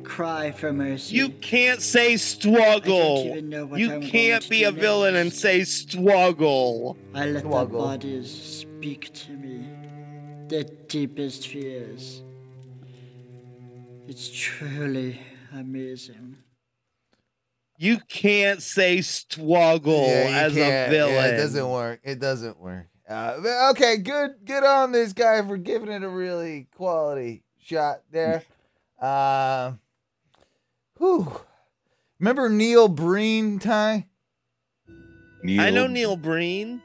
S5: cry for mercy.
S3: You can't say
S5: I don't
S3: struggle.
S5: even know what
S3: You
S5: I'm going
S3: can't
S5: to
S3: be
S5: do
S3: a villain
S5: next.
S3: and say struggle.
S5: I let their
S1: Struggle.
S5: bodies speak to me, their deepest fears. It's truly amazing.
S3: You can't say struggle
S1: Yeah, you
S3: as
S1: can't.
S3: a
S1: Yeah,
S3: villain.
S1: it doesn't work. It doesn't work. Uh, but okay, good. Good on this guy for giving it a really quality shot there. Uh, whew. Remember Neil Breen, Ty?
S3: I know Neil Breen.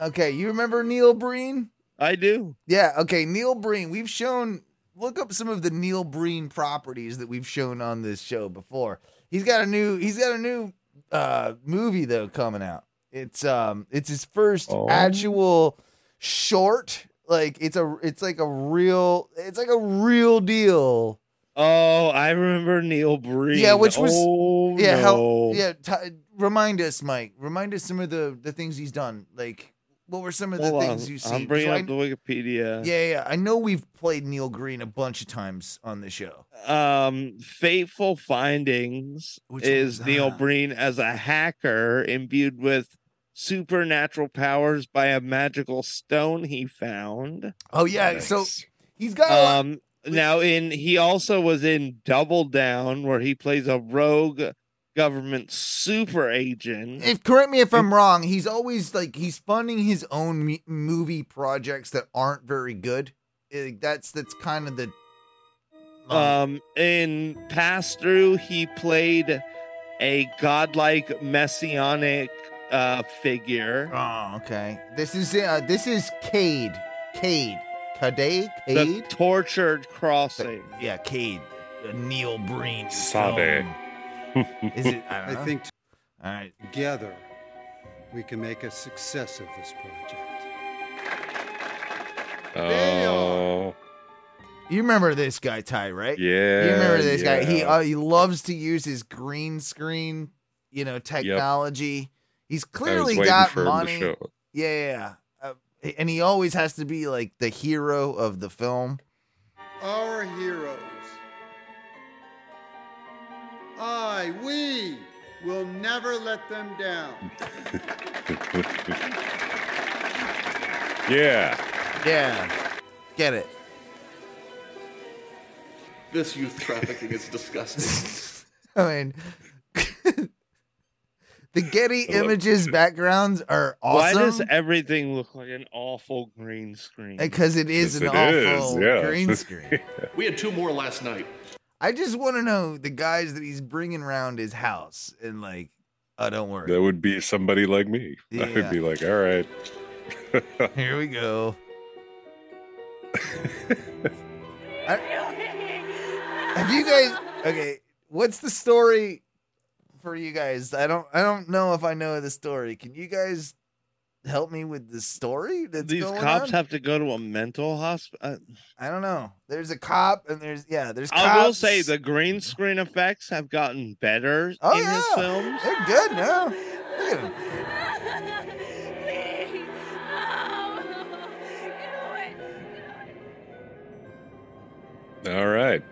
S1: Okay, you remember Neil Breen?
S3: I do.
S1: Yeah, okay, Neil Breen. We've shown look up some of the Neil Breen properties that we've shown on this show before. He's got a new he's got a new uh movie though coming out. It's um it's his first
S2: Oh.
S1: actual short. Like it's a it's like a real it's like a real deal.
S3: Oh, I remember Neil Breen.
S1: which was-
S3: oh,
S1: yeah,
S3: no.
S1: how yeah, t- remind us Mike. Remind us some of the the things he's done. Like what were some of the
S3: Hold on.
S1: things you've seen?
S3: I'm bringing
S1: So I-
S3: up the Wikipedia.
S1: yeah, yeah. I know we've played Neil Green a bunch of times on the show.
S3: um fateful findings
S1: Which one
S3: is
S1: is
S3: neil
S1: that?
S3: breen as a hacker imbued with supernatural powers by a magical stone he found
S1: Oh yeah, so
S2: Nice.
S1: he's got. a lot-
S3: um now in he also was in double down where he plays a rogue government super
S7: Um,
S3: agent
S1: if correct me if I'm wrong, he's always like he's funding his own m- movie projects that aren't very good. Eh, that's that's kind of the.
S7: Uh,
S3: Um, in Pass Through, he played a godlike messianic uh, figure.
S1: oh, okay. This is uh, this is Cade, Cade, Cade,
S3: The
S1: Cade.
S3: tortured crossing.
S1: Yeah, Cade, uh, Neil Breen.
S2: Sabe.
S1: film. Is it? I,
S7: I
S1: don't know.
S7: think
S1: All right.
S7: together we can make a success of this project.
S2: Oh,
S1: You remember this guy, Ty, right?
S2: yeah.
S1: You remember this guy? He
S2: yeah.
S1: uh, he loves to use his green screen, you know, technology. He's
S2: I was
S1: clearly
S2: waiting
S1: got
S2: for
S1: money.
S2: him to show. up.
S1: Yeah, yeah, yeah. Uh, and he always has to be like the hero of the film.
S7: Our heroes. I, we will never let them down.
S2: Yeah.
S1: Yeah, get it.
S8: This youth trafficking is disgusting.
S1: I mean, the Getty
S2: I love
S1: Images backgrounds are
S3: Why does
S1: awesome
S3: everything look like an awful green screen?
S1: because it is an
S2: Yes, it is,
S1: awful
S2: yeah.
S1: green screen.
S8: we had two more last night.
S1: I just want to know the guys that he's bringing around his house and like, oh, don't worry.
S2: That would be somebody like me. I
S1: Yeah.
S2: would be like, all right.
S1: Here we go. I- have you guys okay? What's the story for you guys? I don't I don't know if I know the story. Can you guys help me with the story that's
S3: These
S1: going
S3: cops
S1: on?
S3: have to go to a mental uh, hospital.
S1: I don't know. There's a cop and there's yeah, there's cops.
S3: I will say the green screen effects have gotten better
S1: Oh,
S3: in his
S1: yeah.
S3: films.
S1: they're good now. Look at 'em.
S2: All right.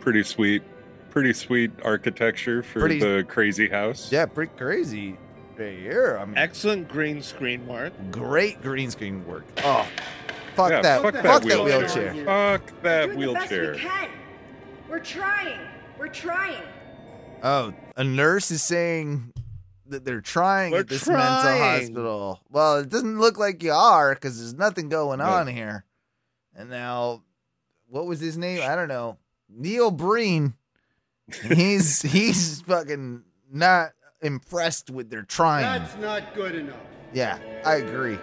S2: Pretty sweet. Pretty sweet architecture for
S1: Pretty-
S2: the crazy house.
S1: Yeah, pretty crazy right here. I mean
S3: Excellent green screen work.
S1: great green screen work. Oh fuck
S2: Yeah,
S1: that
S2: fuck
S1: fuck,
S2: that
S1: that
S2: wheelchair.
S1: wheelchair.
S2: Fuck that
S9: We're doing The
S2: wheelchair.
S9: best we can. We're trying. We're trying.
S1: Oh, a nurse is saying that they're trying
S3: We're
S1: at this mental
S3: trying.
S1: hospital. Well, it doesn't look like you are because there's nothing going
S2: No.
S1: on here. And now, what was his name? I don't know. Neil Breen. He's he's fucking not impressed with their trying.
S7: That's not good enough.
S1: Yeah, I agree.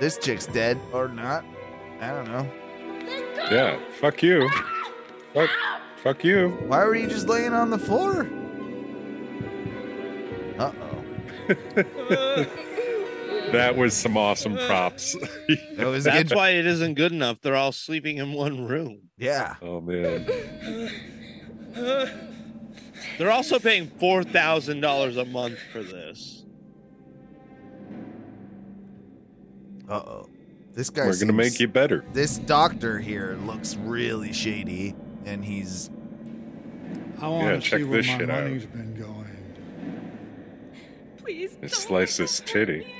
S1: This chick's dead or not? I don't know.
S2: Yeah. Fuck you. Fuck, fuck you.
S1: Why were you just laying on the floor? Uh oh.
S2: That was some awesome props.
S1: That was
S3: That's
S1: good.
S3: why it isn't good enough. They're all sleeping in one room.
S1: Yeah.
S2: oh, man.
S3: They're also paying four thousand dollars a month for this.
S1: Uh oh. This guy.
S2: We're going to
S1: seems-
S2: make you better.
S1: This doctor here looks really shady, and he's
S10: I
S2: Yeah,
S10: want to
S2: check
S10: see where
S2: this
S10: my
S2: shit out.
S10: money's been going.
S9: Please.
S2: Just slice his titty.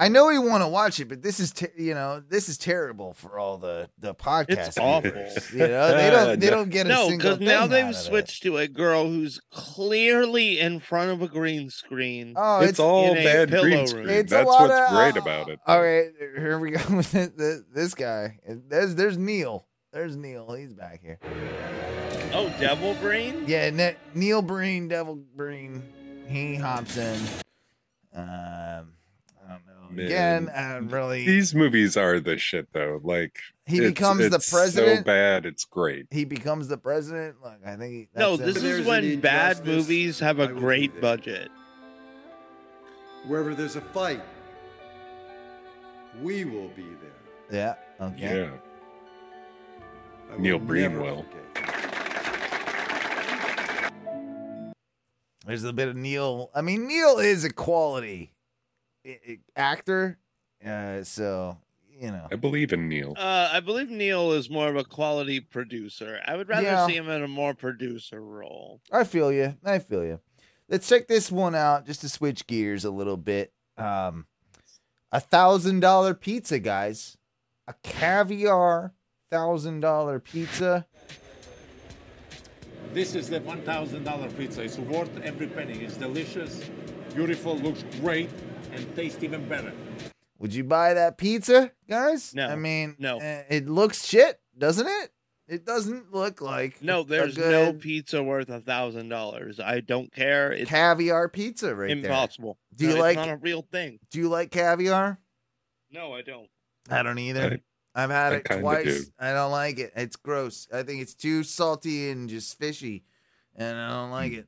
S1: I know he want to watch it, but this is ter- you know this is terrible for all the the podcast.
S3: It's awful.
S1: viewers, You know they don't they don't get a
S3: No,
S1: single
S3: because
S1: thing
S3: now
S1: out of
S3: they've
S1: it.
S3: switched to a girl who's clearly in front of a green screen.
S1: Oh,
S2: it's,
S1: it's,
S2: all
S3: in a
S2: bad
S3: pillow
S2: green
S3: room.
S2: screen.
S1: It's
S2: That's
S1: a lot
S2: what's
S1: of,
S2: great
S1: uh,
S2: about it.
S1: All right, here we go with th- th- this guy. And There's there's Neil. There's Neil. He's back here.
S3: Oh, Devil Brain?
S1: Yeah, ne- Neil Breen, Devil Breen, he hops in. Um, I don't know.
S2: Man.
S1: Again, I don't really.
S2: These movies are the shit, though. Like
S1: he
S2: it's-
S1: becomes the
S2: it's So
S1: president.
S2: bad, it's great.
S1: he becomes the president. Look, I think he-
S3: No,
S1: that's
S3: this
S1: him.
S7: There's
S3: is
S7: an
S3: when bad
S7: injustice.
S3: movies have a
S7: I will be
S3: great
S7: there.
S3: budget.
S7: Wherever there's a fight, we will be there.
S1: yeah.
S2: Yeah.
S1: Okay.
S7: I will
S2: Neil Breen
S7: never
S2: will.
S7: forget.
S1: There's a bit of Neil. I mean, Neil is a quality i- i- actor. Uh, so you know,
S2: I believe in Neil.
S3: Uh, I believe Neil is more of a quality producer. I would rather
S1: Yeah.
S3: see him in a more producer role.
S1: I feel you. I feel you. Let's check this one out just to switch gears a little bit. Um, a thousand dollar pizza, guys. A caviar thousand dollar pizza.
S11: This is the $1,000 pizza. It's worth every penny. It's delicious, beautiful, looks great, and tastes even better.
S1: Would you buy that pizza, guys? No. I mean, no. It looks shit, doesn't it? It doesn't look like
S3: No,
S1: a
S3: there's no
S1: good
S3: pizza worth a thousand dollars. I don't care. It's
S1: caviar pizza right there.
S3: impossible.
S1: Do you
S3: No,
S1: like
S3: It's not a real thing.
S1: Do you like caviar?
S3: No, I don't.
S1: I don't either. I, have had
S2: I
S1: it
S2: kinda
S1: twice.
S2: do.
S1: I don't like it. It's gross. I think it's too salty and just fishy, and I don't
S3: Hmm.
S1: like it.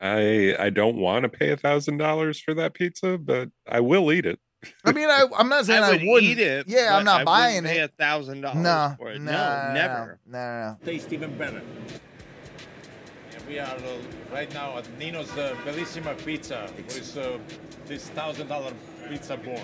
S2: I I don't want to pay a thousand dollars for that pizza, but I will eat it.
S1: I mean, I, I'm not saying I,
S3: would
S1: wouldn't
S3: eat it.
S1: Yeah, I'm
S3: but
S1: not
S3: I
S1: buying
S3: wouldn't pay
S1: it.
S3: a thousand dollars
S1: No, no,
S3: for it.
S1: no,
S3: no, never.
S1: No, no, no.
S11: Tastes even better. And we are uh, right now at Nino's uh, Bellissima Pizza, with uh, this $1,000 pizza born.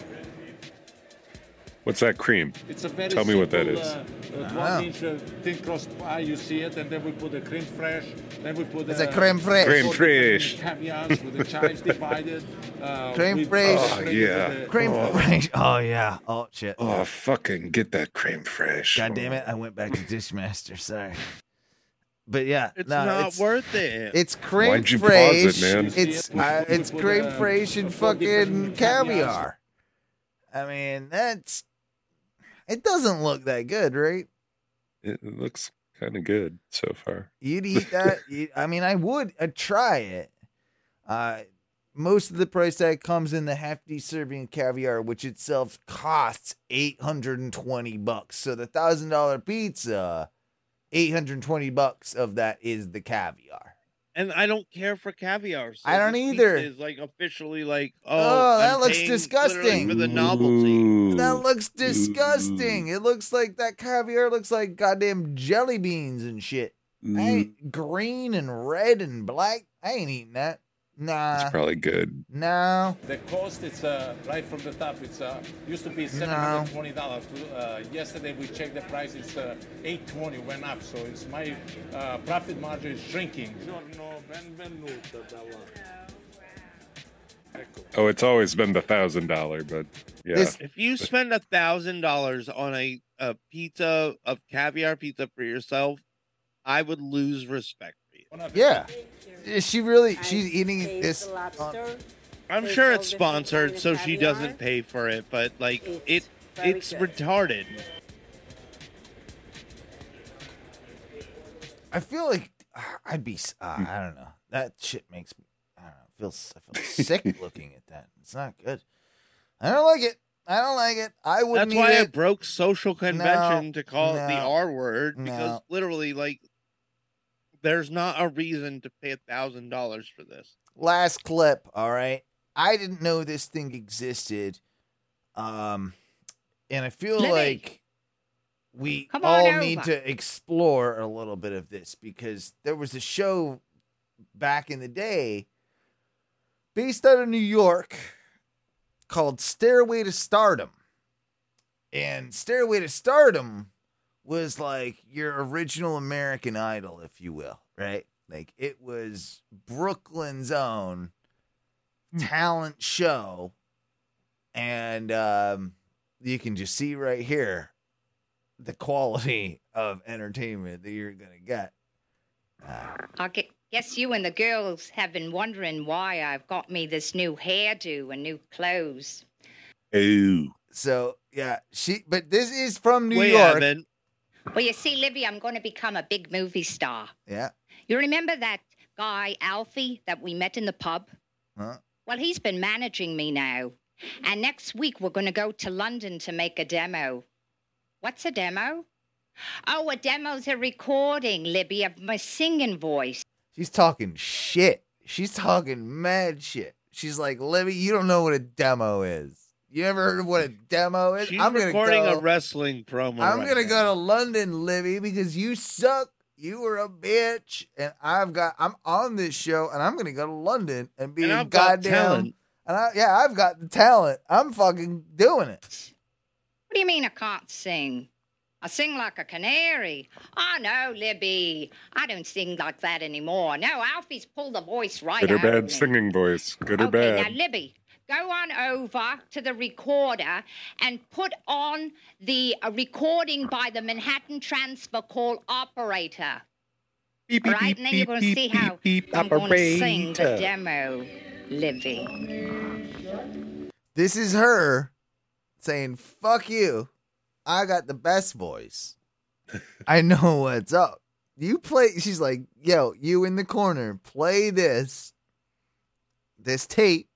S2: What's that cream?
S11: It's a very
S2: Tell me what that is.
S11: simple, Uh, uh,
S1: Ah.
S11: One inch uh, thin crust pie, you see it, and then we put the creme fraiche. Then we put
S1: It's a
S11: uh,
S1: creme fraiche. Creme
S11: four different
S2: fraiche.
S11: Caviars with the chives divided. Uh,
S1: Creme
S11: with-
S1: fraiche.
S2: Oh, yeah.
S1: Cream.
S2: Oh.
S1: Oh yeah. Oh shit.
S2: Oh, fucking get that creme fraiche.
S1: God damn it! I went back to Dishmaster. Sorry. But yeah,
S3: It's
S1: no,
S3: not
S1: it's,
S3: worth it.
S1: It's creme
S2: Why'd you pause it,
S1: fraiche.
S2: man?
S1: It's uh, it's creme fraiche and fucking caviar. I mean, that's it doesn't look that good, right?
S2: It it looks kind of good so far.
S1: You'd eat that. you- I mean, I would. I'd try it. Uh, most of the price tag comes in the hefty serving caviar, which itself costs eight hundred and twenty bucks. So the thousand dollar pizza, eight hundred twenty bucks of that is the caviar.
S3: And I don't care for caviar. so
S1: I don't
S3: this pizza
S1: either.
S3: Is like officially like oh,
S1: Oh, that
S3: I'm
S1: looks
S3: paying literally
S1: disgusting.
S3: for the novelty.
S1: That looks disgusting. It looks like that caviar looks like goddamn jelly beans and shit.
S2: Mm.
S1: I ain't green and red and black. I ain't eating that. Nah.
S2: It's probably good.
S1: no.
S11: The cost, it's uh, right from the top. It's uh, used to be
S1: No.
S11: $720. To, uh, yesterday we checked the price. It's uh, 820 went up. So it's my uh, profit margin is shrinking.
S2: Oh, it's always been the thousand dollar, but yeah,
S1: This-
S3: If you spend a thousand dollars on a, a pizza of caviar pizza for yourself, I would lose respect for you.
S1: Yeah. Is she really? She's eating this.
S3: I'm
S12: There's
S3: sure
S12: all
S3: it's
S12: different kind
S3: sponsored,
S12: of
S3: so she
S12: caviar.
S3: doesn't pay for it, but like it
S12: very
S3: it's
S12: good.
S3: retarded.
S1: I feel like ah, I'd be. s- ah, I don't know. That shit makes me. I don't know. I feel, s- I feel sick looking at that. It's not good. I don't like it. I don't like it. I wouldn't
S3: That's why
S1: eat
S3: I
S1: it.
S3: broke social convention to call it the
S1: no,
S3: R word because
S1: no.
S3: literally like there's not a reason to pay a thousand dollars for this.
S1: last clip all right i didn't know this thing existed um and i feel
S5: Libby.
S1: like we
S5: Come on
S1: all
S5: over.
S1: need to explore a little bit of this because there was a show back in the day based out of new york called stairway to stardom and stairway to stardom was like your original American Idol, if you will, right? Like it was Brooklyn's own
S5: Hmm.
S1: talent show, and um, you can just see right here the quality of entertainment that you're gonna get.
S13: I gue- guess you and the girls have been wondering why I've got me this new hairdo and new clothes.
S1: Ooh. So yeah, she. But this is from New
S3: Wait,
S1: York.
S3: Evan,
S13: Well, you see, Livy, I'm going to become a big movie star.
S1: Yeah.
S13: You remember that guy, Alfie, that we met in the pub?
S1: Huh?
S13: Well, he's been managing me now. And next week, we're going to go to London to make a demo. What's a demo? Oh, a demo's a recording, Libby, of my singing voice.
S1: She's talking shit. She's talking mad shit. She's like, Libby, you don't know what a demo is. You ever heard of what a demo is?
S3: she's
S1: I'm gonna
S3: recording
S1: go,
S3: a wrestling promo.
S1: I'm
S3: right
S1: gonna
S3: now.
S1: go to London, Libby, because you suck. You were a bitch, and I've got. I'm on this show, and I'm gonna go to London and be
S3: And
S1: a
S3: I've got
S1: goddamn.
S3: talent.
S1: And I, yeah, I've got the talent. I'm fucking doing it.
S13: What do you mean I can't sing? I sing like a canary. Oh, no, Libby. I don't sing like that anymore. No, Alfie's pulled the voice right
S2: Good or
S13: out of
S2: bad
S13: me.
S2: singing voice. Good or
S13: okay,
S2: bad.
S13: now, Libby, go on over to the recorder and put on the uh, recording by the Manhattan Transfer Call Operator.
S2: Beep,
S13: All right, and then you're going to see how I'm going to sing the demo, Livy.
S1: This is her saying, fuck you. I got the best voice. I know what's up. You play, she's like, yo, you in the corner, play this, this tape,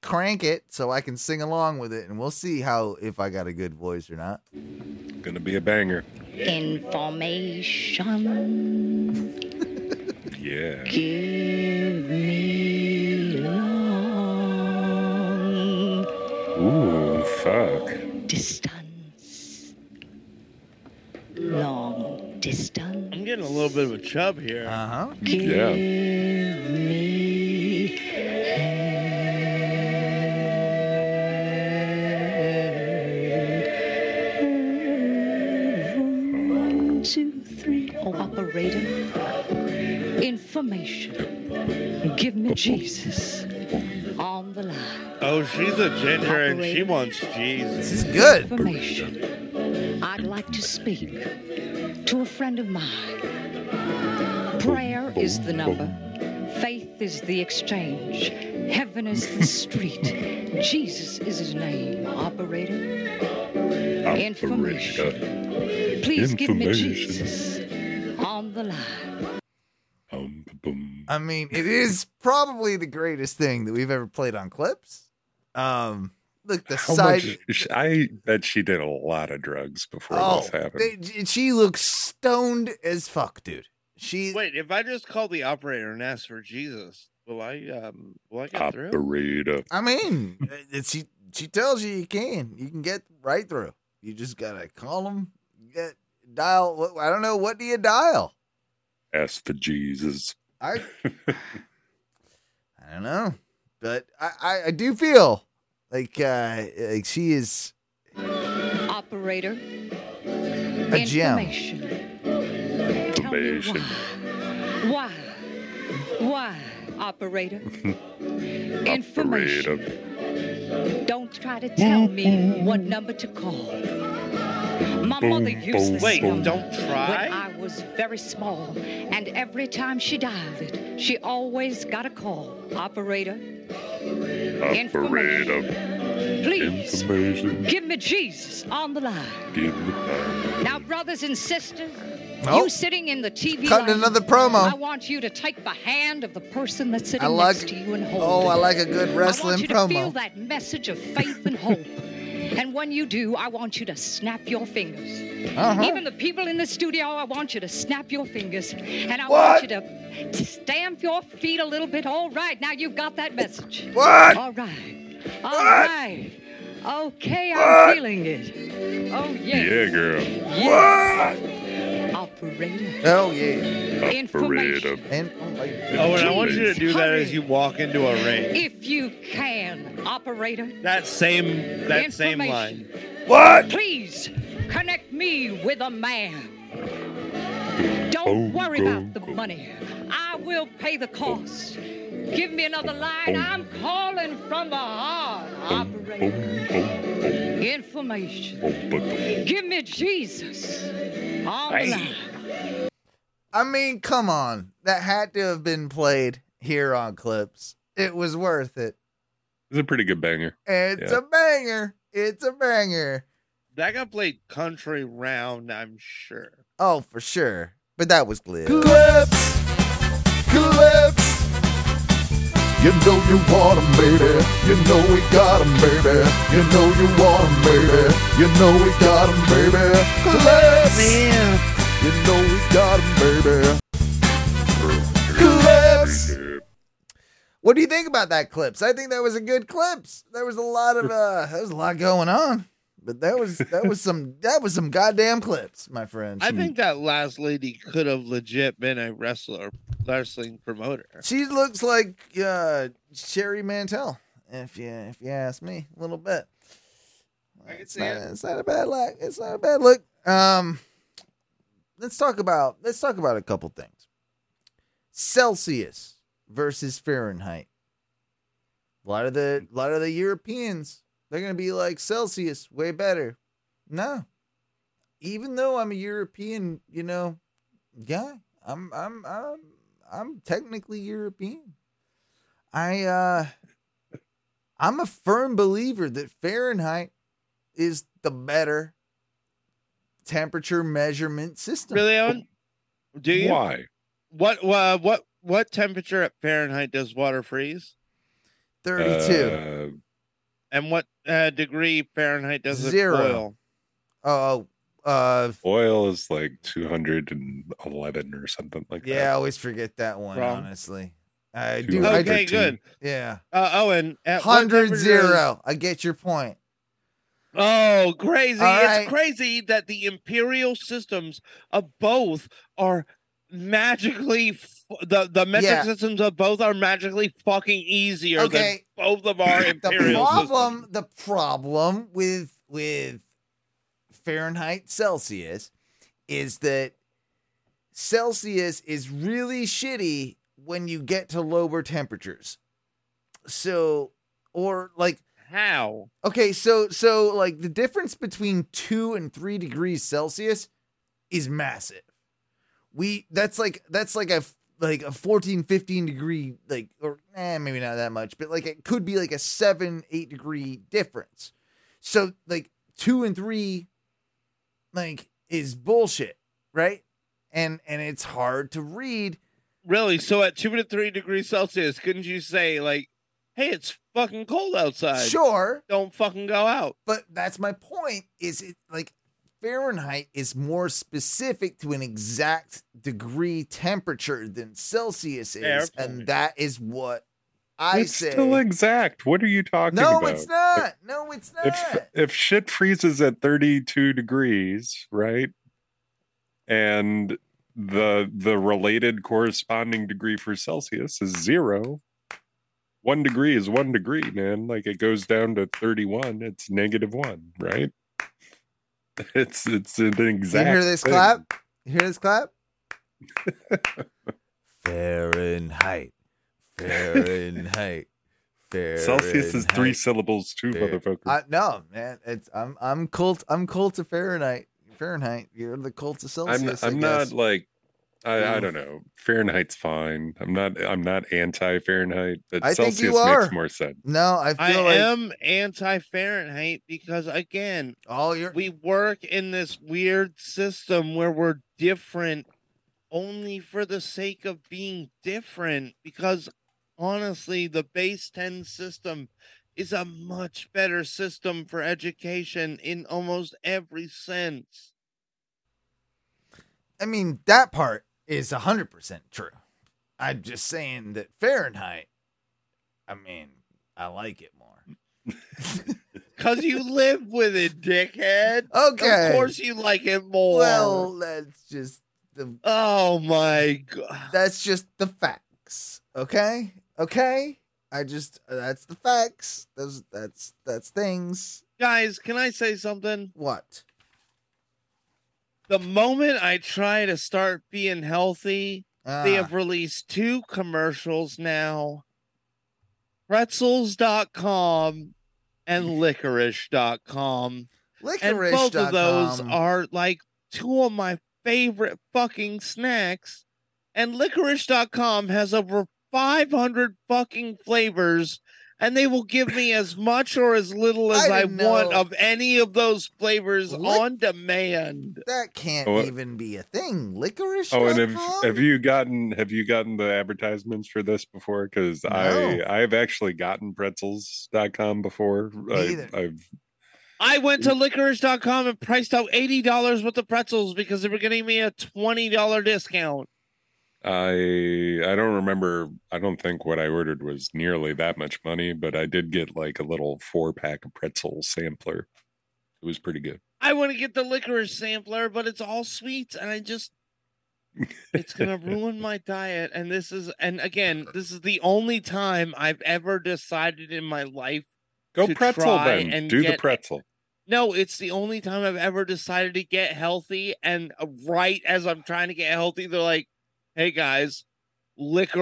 S1: crank it so I can sing along with it, and we'll see how, if I got a good voice or not.
S2: Gonna be a banger.
S13: Information.
S2: Yeah.
S13: Give me long
S2: Ooh, fuck.
S13: distance. Long distance.
S3: I'm getting a little bit of a chub here.
S1: Uh huh.
S2: Yeah.
S13: One, two, three. Oh, operator. Information. Give me Jesus on the line.
S3: Oh, she's a ginger and she wants Jesus.
S1: This is good.
S13: Information. I'd like to speak to a friend of mine. Prayer is the number. Faith is the exchange. Heaven is the street. Jesus is his name. Operator, Information. please give me Jesus on the line.
S1: I mean, it is probably the greatest thing that we've ever played on clips. Um, look, the
S2: How
S1: side.
S2: much? I bet she did a lot of drugs before
S3: Oh,
S2: this happened.
S1: Oh, they- she looks stoned as fuck, dude. She
S3: Wait, if I just call the operator and ask for Jesus, will I um will I get through?
S2: Operator.
S1: I mean, uh, she she tells you you can, you can get right through. You just gotta call them, get dial. what- I don't know what do you dial.
S2: Ask for Jesus.
S1: I I don't know, but I I, I do feel like uh like she is
S13: Operator,
S1: a gem.
S2: Information.
S13: why? Why, operator? Information.
S2: Operator.
S13: Don't try to tell me what number to call. My
S2: Boom,
S13: mother used
S2: boom,
S13: this
S3: Wait,
S13: number
S3: don't
S13: when
S3: try.
S13: I was very small, and every time she dialed it, she always got a call. Operator,
S2: Operator.
S13: please
S2: Information.
S13: give me Jesus on the line.
S2: Give me power.
S13: Now, brothers and sisters,
S1: Oh.
S13: you sitting in the TV
S1: Cutting
S13: line,
S1: another promo.
S13: I want you to take the hand of the person that's sitting
S1: I like-
S13: next to you and hold
S1: Oh,
S13: it.
S1: I like a good
S13: I want
S1: wrestling
S13: you to feel
S1: promo.
S13: that message of faith and hope. and when you do, I want you to snap your fingers.
S1: Uh-huh.
S13: Even the people in the studio, I want you to snap your fingers. And I
S1: What?
S13: want you to to stamp your feet a little bit. All right, now you've got that message.
S1: What?
S13: All right. all
S1: What?
S13: right, Okay, I'm
S1: What?
S13: feeling it. Oh,
S2: Yeah,
S13: yes.
S2: girl.
S13: Yes. Operator.
S1: Oh yeah.
S2: Operator.
S1: And oh, my-
S3: Oh, and I want you to do that as
S13: Hurry.
S3: you walk into a ring.
S13: If you can, operator.
S3: That same that same line.
S13: Information.
S1: what?
S13: Please connect me with a man.
S2: Oh,
S13: Don't worry
S2: go,
S13: about the
S2: go.
S13: money. I will pay the cost. Give me another line.
S2: Oh.
S13: I'm calling from the heart, operator.
S2: Boom, boom, boom,
S13: Information.
S2: boom, boom.
S13: Give me Jesus. On the line.
S1: I mean, come on. That had to have been played here on clips. It was worth it.
S2: It's a pretty good banger.
S1: It's
S2: Yeah.
S1: a banger. It's a banger.
S3: That got played country round, I'm sure.
S1: Oh, for sure. But that was clips. Clips. Clips.
S12: You know you want 'em, baby. You know we got 'em, baby. You know you want 'em, baby. You know we got 'em, baby. Clips. You know we got 'em, baby.
S1: Clips. What do you think about that clips? I think that was a good clips. There was a lot of uh there was a lot going on. but that was that was some that was some goddamn clips, my friend.
S3: I think that last lady could have legit been a wrestler, wrestling promoter.
S1: she looks like uh, Sherry Mantel, if you if you ask me, a little bit.
S14: I can
S1: It's
S14: see
S1: not,
S14: it.
S1: it's not a bad look. It's not a bad look. Um, let's talk about let's talk about a couple things. Celsius versus Fahrenheit. A lot of the a lot of the Europeans they're gonna be like Celsius way better. No, even though I'm a European, you know, guy, I'm I'm I'm I'm technically European. I uh, I'm a firm believer that Fahrenheit is the better temperature measurement system.
S3: Really, Owen? Do you?
S2: Why?
S3: What? Uh, what? What temperature at Fahrenheit does water freeze?
S2: Uh,
S1: 32.
S3: And what uh, degree Fahrenheit does
S1: Zero.
S3: it boil?
S1: Oh, uh,
S2: oil is like 211 or something like
S1: yeah, I always forget that one.
S2: Wrong.
S1: Honestly, I
S2: Two
S1: do. I
S2: hundred
S3: Okay,
S2: thirteen.
S3: good.
S1: Yeah,
S3: Uh, Owen, at what
S1: hundred
S3: temperature-
S1: zero. I get your point.
S3: Oh, crazy!
S1: All right.
S3: It's crazy that the imperial systems of both are magically f- the the metric
S1: Yeah.
S3: systems of both are magically fucking easier
S1: Okay.
S3: than both of our
S1: the
S3: imperial systems.
S1: problem the problem with with Fahrenheit Celsius is that Celsius is really shitty when you get to lower temperatures. So or like
S3: How?
S1: okay, so so like the difference between 2 and 3 degrees Celsius is massive. We that's like that's like a f- like a 14 15 degree like or eh, maybe not that much, but like it could be like a 7 8 degree difference. So like 2 and 3 like is bullshit, right? And and it's hard to read.
S3: Really? So at two to three degrees Celsius, couldn't you say like, "Hey, it's fucking cold outside.
S1: Sure,
S3: Don't fucking go out."
S1: But that's my point. Is it like Fahrenheit is more specific to an exact degree temperature than Celsius is,
S2: Fair
S1: and that is what I
S2: it's
S1: say.
S2: still exact. What are you talking
S1: no,
S2: about?
S1: it's not. No, it's not.
S2: If if shit freezes at 32 degrees, right? And the the related corresponding degree for Celsius is 0. 1 degree is 1 degree, man. Like it goes down to 31, it's negative 1, right? It's it's an
S1: you
S2: exact
S1: hear this
S2: thing.
S1: clap? You hear this clap? Fahrenheit. Fahrenheit.
S2: Celsius is three
S1: Fahrenheit.
S2: syllables too, motherfucker.
S1: I, no, man, it's I'm I'm cult I'm cult of Fahrenheit. Fahrenheit, you're the cult of
S2: I'm
S1: Celsius.
S2: I'm
S1: I
S2: not
S1: guess.
S2: like I, I
S1: Yeah.
S2: don't know. Fahrenheit's fine. I'm not I'm not anti Fahrenheit, but
S1: I think
S2: Celsius
S1: you
S2: makes
S1: are.
S2: more sense.
S1: No, I
S3: I
S1: feel like
S3: am anti Fahrenheit because again,
S1: all your
S3: we work in this weird system where we're different only for the sake of being different because honestly the base 10 system is a much better system for education in almost every sense.
S1: I mean, that part is 100% true. I'm just saying that Fahrenheit, I mean, I like it more.
S3: Cause you live with it, dickhead.
S1: Okay.
S3: Of course you like it more.
S1: Well, that's just the
S3: Oh my god.
S1: that's just the facts. Okay? Okay? I just uh, that's the facts. Those that's that's things.
S3: Guys, can I say something?
S1: What?
S3: The moment I try to start being healthy, they
S1: Ah.
S3: have released two commercials now pretzels.com and licorice.com. And both of those
S1: Licorice.com.
S3: are like two of my favorite fucking snacks. And licorice.com has over 500 fucking flavors, and they will give me as much or as little as
S1: I
S3: I,
S1: didn't
S3: want
S1: know.
S3: of any of those flavors
S1: Lic-
S3: on demand.
S1: That can't
S2: Oh, uh,
S1: even be a thing. Licorice.
S2: Oh, and have have you gotten have you gotten the advertisements for this before? Because I
S1: No.
S2: I have actually gotten pretzels.com before. I,
S3: either.
S2: I've
S3: I went to licorice.com and priced out $80 worth of pretzels because they were getting me a $20 discount.
S2: I I don't remember. I don't think what I ordered was nearly that much money, but I did get like a little four pack of pretzel sampler. It was pretty good.
S3: I want to get the licorice sampler, but it's all sweets, and I just it's gonna ruin my diet. And this is, and again, this is the only time I've ever decided in my life
S2: Go
S3: to
S2: pretzel
S3: try
S2: then.
S3: and
S2: Do the
S3: get-
S2: pretzel.
S3: No, it's the only time I've ever decided to get healthy. And right as I'm trying to get healthy, they're like, hey guys,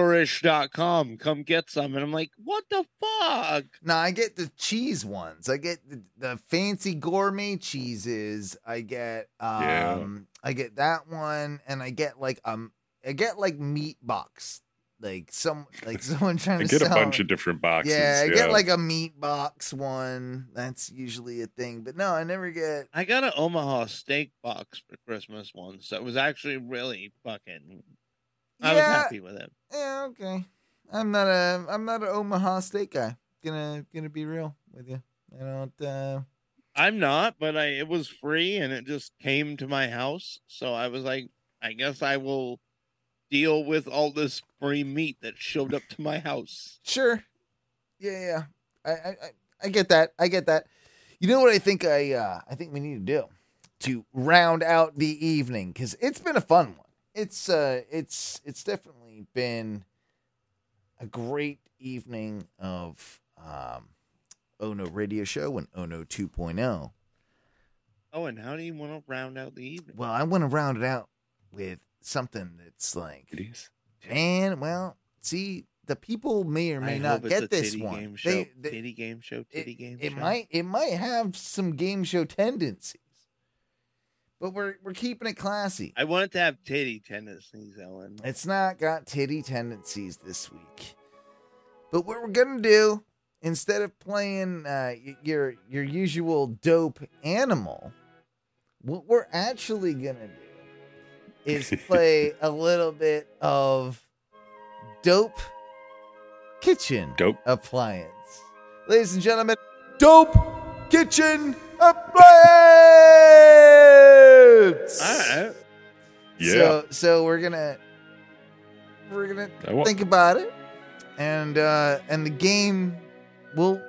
S3: licorice.com, come get some. And I'm like, what the fuck?
S1: No, I get the cheese ones. I get the, the fancy gourmet cheeses. I get um
S2: Yeah.
S1: I get that one and I get like um I get like meat box. Like some like someone trying
S2: I
S1: to
S2: get a
S1: sell-
S2: bunch of different boxes.
S1: Yeah, I get like a meat box one. That's usually a thing. But no, I never get
S3: I got an Omaha steak box for Christmas once that was actually really fucking. I was
S1: Yeah.
S3: happy with it.
S1: Yeah, okay. I'm not a I'm not an Omaha steak guy. Gonna gonna be real with you. I don't uh
S3: I'm not, but I it was free and it just came to my house. So I was like, I guess I will deal with all this free meat that showed up to my house.
S1: Sure. Yeah, yeah. I, I, I- I get that. I get that. You know what I think I uh, I think we need to do to round out the evening because it's been a fun one. It's uh it's it's definitely been a great evening of um Ono Radio Show and Ono 2.0.
S3: Oh, and how do you want to round out the evening?
S1: Well, I want to round it out with something that's like man. Well, see, the people may or may
S3: I
S1: not
S3: hope it's
S1: uh, get
S3: a
S1: this
S3: titty
S1: one.
S3: Game show.
S1: They- they-
S3: titty game show. Titty game.
S1: it
S3: show.
S1: might it might have some game show tendencies. But we're we're keeping it classy.
S3: I want it to have titty tendencies, Ellen.
S1: It's not got titty tendencies this week. But what we're gonna do instead of playing uh, y- your your usual dope animal, what we're actually gonna do is play a little bit of dope kitchen
S2: dope
S1: appliance, ladies and gentlemen. Dope kitchen appliance.
S3: All
S2: Yeah.
S1: So, so we're gonna we're gonna
S2: I wa-
S1: think about it, and uh, and the game will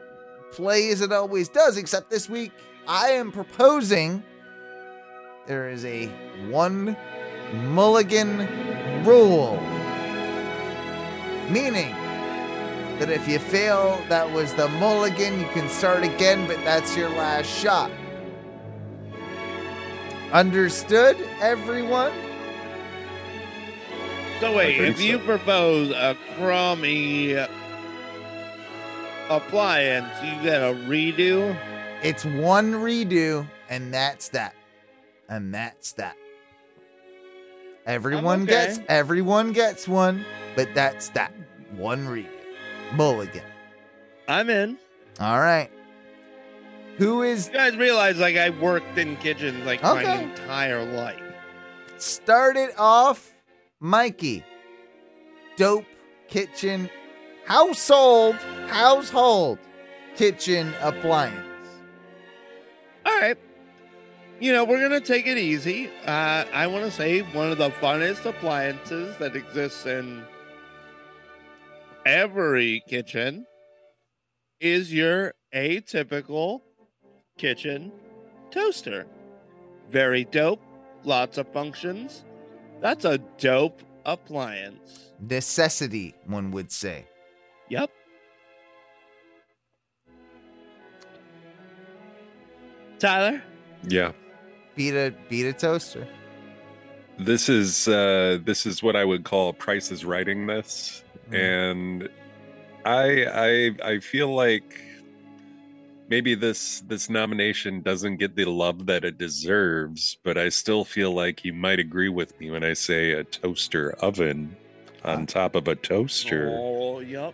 S1: play as it always does. Except this week, I am proposing there is a one mulligan rule, meaning that if you fail, that was the mulligan. You can start again, but that's your last shot. Understood, everyone?
S3: So wait,
S1: think
S3: if you propose a crummy appliance, you get a redo.
S1: It's one redo, and that's that. And that's that. Everyone
S3: okay.
S1: gets everyone gets one, but that's that. One redo. Mulligan.
S3: I'm in.
S1: All right. Who is
S3: You guys realize like I worked in kitchens like my
S1: Okay.
S3: entire life.
S1: started off Mikey. Dope kitchen household household kitchen appliance.
S3: All right. You know, we're going to take it easy. Uh, I want to say one of the funnest appliances that exists in every kitchen is your atypical kitchen toaster. Very dope, lots of functions. That's a dope appliance.
S1: Necessity, one would say.
S3: Yep. Tyler?
S2: yeah.
S1: Beat a beat a toaster.
S2: This is uh this is what I would call Price is writing this.
S1: Mhm.
S2: And I I I feel like maybe this this nomination doesn't get the love that it deserves, but I still feel like you might agree with me when I say a toaster oven
S1: Uh,
S2: on top of a toaster
S3: Oh, yep.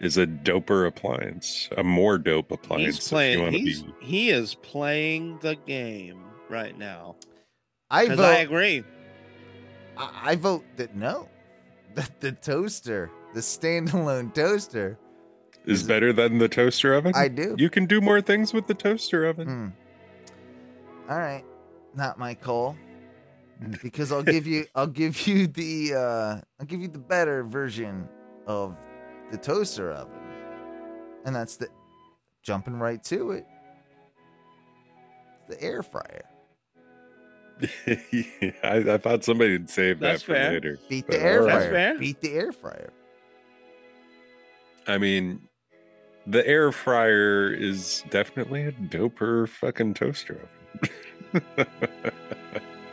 S2: is a doper appliance, a more dope appliance. if
S3: He's
S2: you
S3: playing.
S2: want to
S3: He's,
S2: be
S3: he is playing the game right now.
S1: I
S3: 'Cause
S1: vote
S3: I agree.
S1: I, I vote that no, that the toaster, the standalone toaster.
S2: is better than the toaster oven.
S1: I do.
S2: You can do more things with the toaster oven.
S1: Hmm. All right, not my call, because I'll give you, I'll give you the, uh, I'll give you the better version of the toaster oven, and that's the jumping right to it. the air fryer.
S2: Yeah, I, I thought somebody would save
S1: That's
S2: that for
S1: fair.
S2: later.
S1: Beat
S2: but
S1: the air
S2: all right.
S1: fryer. Beat the air fryer.
S2: I mean, the air fryer is definitely a doper fucking toaster oven.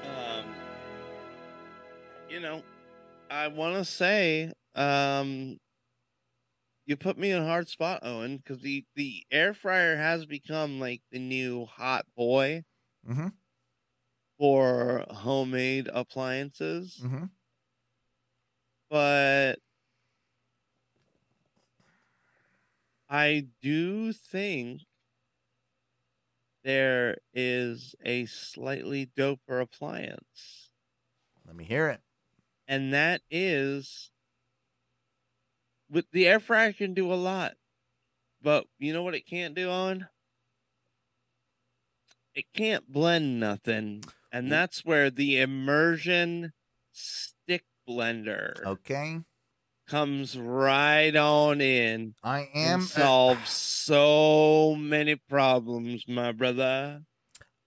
S3: Um, you know, I want to say, um, you put me in a hard spot, Owen, because the the air fryer has become like the new hot boy
S1: Mhm.
S3: for homemade appliances.
S1: Mhm.
S3: But I do think there is a slightly doper appliance,
S1: Let me hear it.
S3: and that is with the air fryer can do a lot, but you know what it can't do on? It can't blend nothing, and that's where the immersion stick
S1: Oh,
S3: blender
S1: Okay.
S3: comes right on in.
S1: I
S3: and
S1: am-
S3: solves so many problems, my brother.